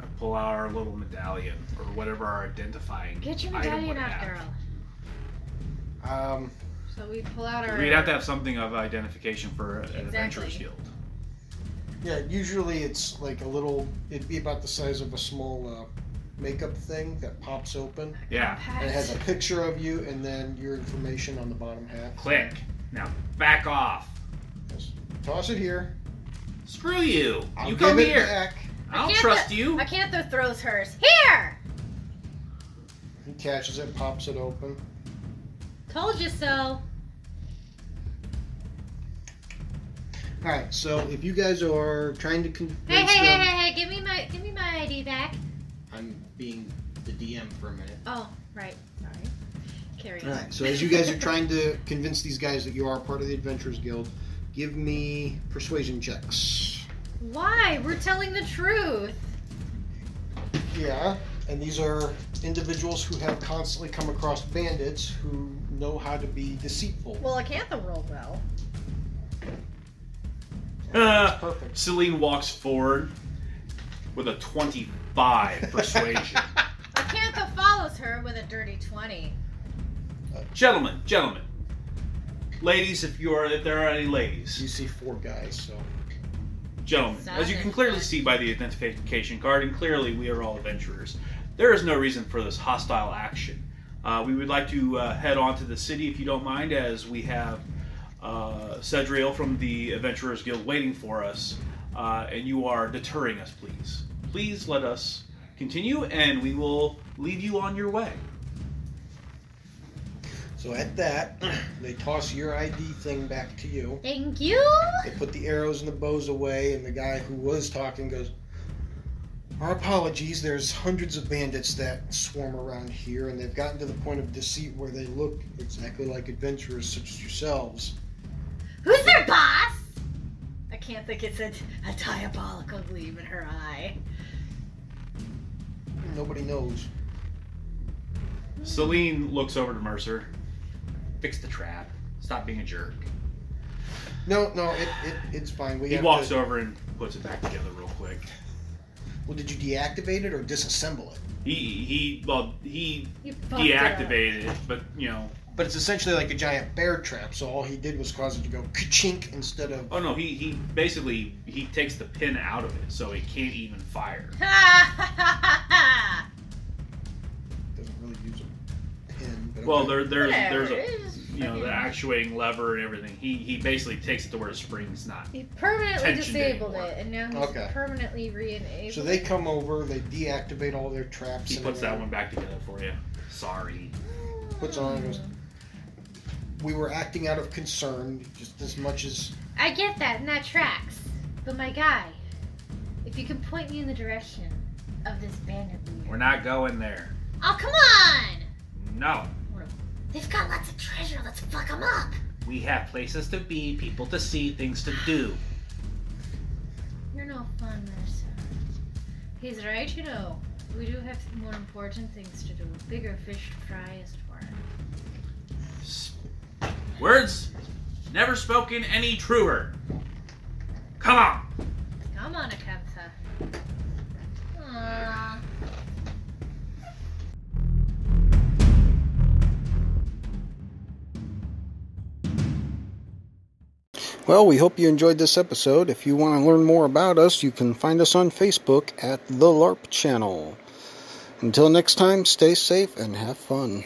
Speaker 3: I pull out our little medallion or whatever our identifying.
Speaker 6: Get your
Speaker 3: item
Speaker 6: medallion
Speaker 3: would
Speaker 6: out,
Speaker 3: have.
Speaker 6: Garo.
Speaker 1: Um,
Speaker 2: So we pull out our.
Speaker 3: We'd have to have something of identification for an adventurer's
Speaker 2: Exactly.
Speaker 3: guild.
Speaker 1: yeah, usually it's like a little, it'd be about the size of a small uh, makeup thing that pops open.
Speaker 3: Yeah.
Speaker 1: And it has
Speaker 2: Pass.
Speaker 1: a picture of you and then your information on the bottom half.
Speaker 3: Click. Now back off.
Speaker 1: Toss it here.
Speaker 3: Screw you.
Speaker 1: I'll
Speaker 3: you
Speaker 1: give
Speaker 3: come
Speaker 1: it
Speaker 3: here.
Speaker 1: back.
Speaker 3: I
Speaker 2: I
Speaker 3: don't
Speaker 2: can't
Speaker 3: trust
Speaker 2: th-
Speaker 3: you.
Speaker 2: Acantha throws hers. Here!
Speaker 1: He catches it, pops it open.
Speaker 6: Told you so.
Speaker 1: All right, so if you guys are trying to convince
Speaker 6: Hey, hey, hey,
Speaker 1: them,
Speaker 6: hey, hey, give me my give me my ID back.
Speaker 1: I'm being the DM for a minute.
Speaker 2: Oh, right. Sorry. Carry
Speaker 1: All
Speaker 2: on.
Speaker 1: right, so as you guys are trying to convince these guys that you are part of the Adventurers Guild, give me persuasion checks.
Speaker 2: Why? We're telling the truth.
Speaker 1: Yeah, and these are individuals who have constantly come across bandits who know how to be deceitful.
Speaker 2: Well, Acantha rolled well.
Speaker 3: Uh,
Speaker 1: Perfect.
Speaker 3: Celine walks forward with a 25 persuasion.
Speaker 2: Acantha follows her with a dirty 20.
Speaker 3: gentlemen, gentlemen. Ladies, if you are if there are any
Speaker 1: You
Speaker 3: ladies.
Speaker 1: see four guys, so
Speaker 3: Gentlemen, as you can clearly see by the identification card, and clearly we are all adventurers, there is no reason for this hostile action. Uh, we would like to uh, head on to the city if you don't mind, as we have uh, Cedriel from the Adventurers Guild waiting for us, uh, and you are deterring us, please. Please let us continue, and we will lead you on your way.
Speaker 1: so at that, they toss your ID thing back to you.
Speaker 6: Thank you.
Speaker 1: They put the arrows and the bows away, and the guy who was talking goes, Our apologies, there's hundreds of bandits that swarm around here, and they've gotten to the point of deceit where they look exactly like adventurers such as yourselves.
Speaker 6: Who's their boss?
Speaker 2: Acantha gets a, a diabolical gleam in her eye.
Speaker 1: Nobody knows.
Speaker 3: Celine looks over to Mercer. Fix the trap. Stop being a jerk.
Speaker 1: No, no, it, it, it's fine. We
Speaker 3: He
Speaker 1: have
Speaker 3: walks
Speaker 1: to,
Speaker 3: over and puts it back together real quick.
Speaker 1: Well, did you deactivate it or disassemble it?
Speaker 3: He he well he
Speaker 6: You fucked it up.
Speaker 3: deactivated it, but you know
Speaker 1: But it's essentially like a giant bear trap, so all he did was cause it to go ka-chink instead of.
Speaker 3: oh no he he basically he takes the pin out of it, so it can't even fire.
Speaker 1: Doesn't really use a pin. But
Speaker 3: Well
Speaker 1: okay.
Speaker 3: there there's there's
Speaker 2: Whatever,
Speaker 3: a
Speaker 2: it is
Speaker 3: you know the
Speaker 2: fucking-
Speaker 3: actuating lever and everything. He he basically takes it to where the spring's not.
Speaker 2: He permanently
Speaker 3: tension
Speaker 2: disabled
Speaker 3: anymore.
Speaker 2: it, and now he's
Speaker 1: Okay.
Speaker 2: permanently re-enabled.
Speaker 1: So they come over, they deactivate all their traps.
Speaker 3: He
Speaker 1: and
Speaker 3: puts that
Speaker 1: everything.
Speaker 3: one back together for you. Sorry.
Speaker 1: puts on and goes, We were acting out of concern, just as much as
Speaker 6: I get that, and that tracks. But my guy, if you can point me in the direction of this bandit
Speaker 3: We're
Speaker 6: leader.
Speaker 3: not going there.
Speaker 6: Oh, come on!
Speaker 3: No.
Speaker 6: They've got lots of treasure. Let's fuck them up.
Speaker 3: We have places to be, people to see, things to do.
Speaker 6: You're no fun, Mercer.
Speaker 2: He's right, you know. We do have more important things to do. Bigger fish to fry is for.
Speaker 3: Words never spoken any truer. Come on.
Speaker 2: Come on, Acantha.
Speaker 6: Aww.
Speaker 1: Well, we hope you enjoyed this episode. If you want to learn more about us, you can find us on Facebook at The LARP Channel. Until next time, stay safe and have fun.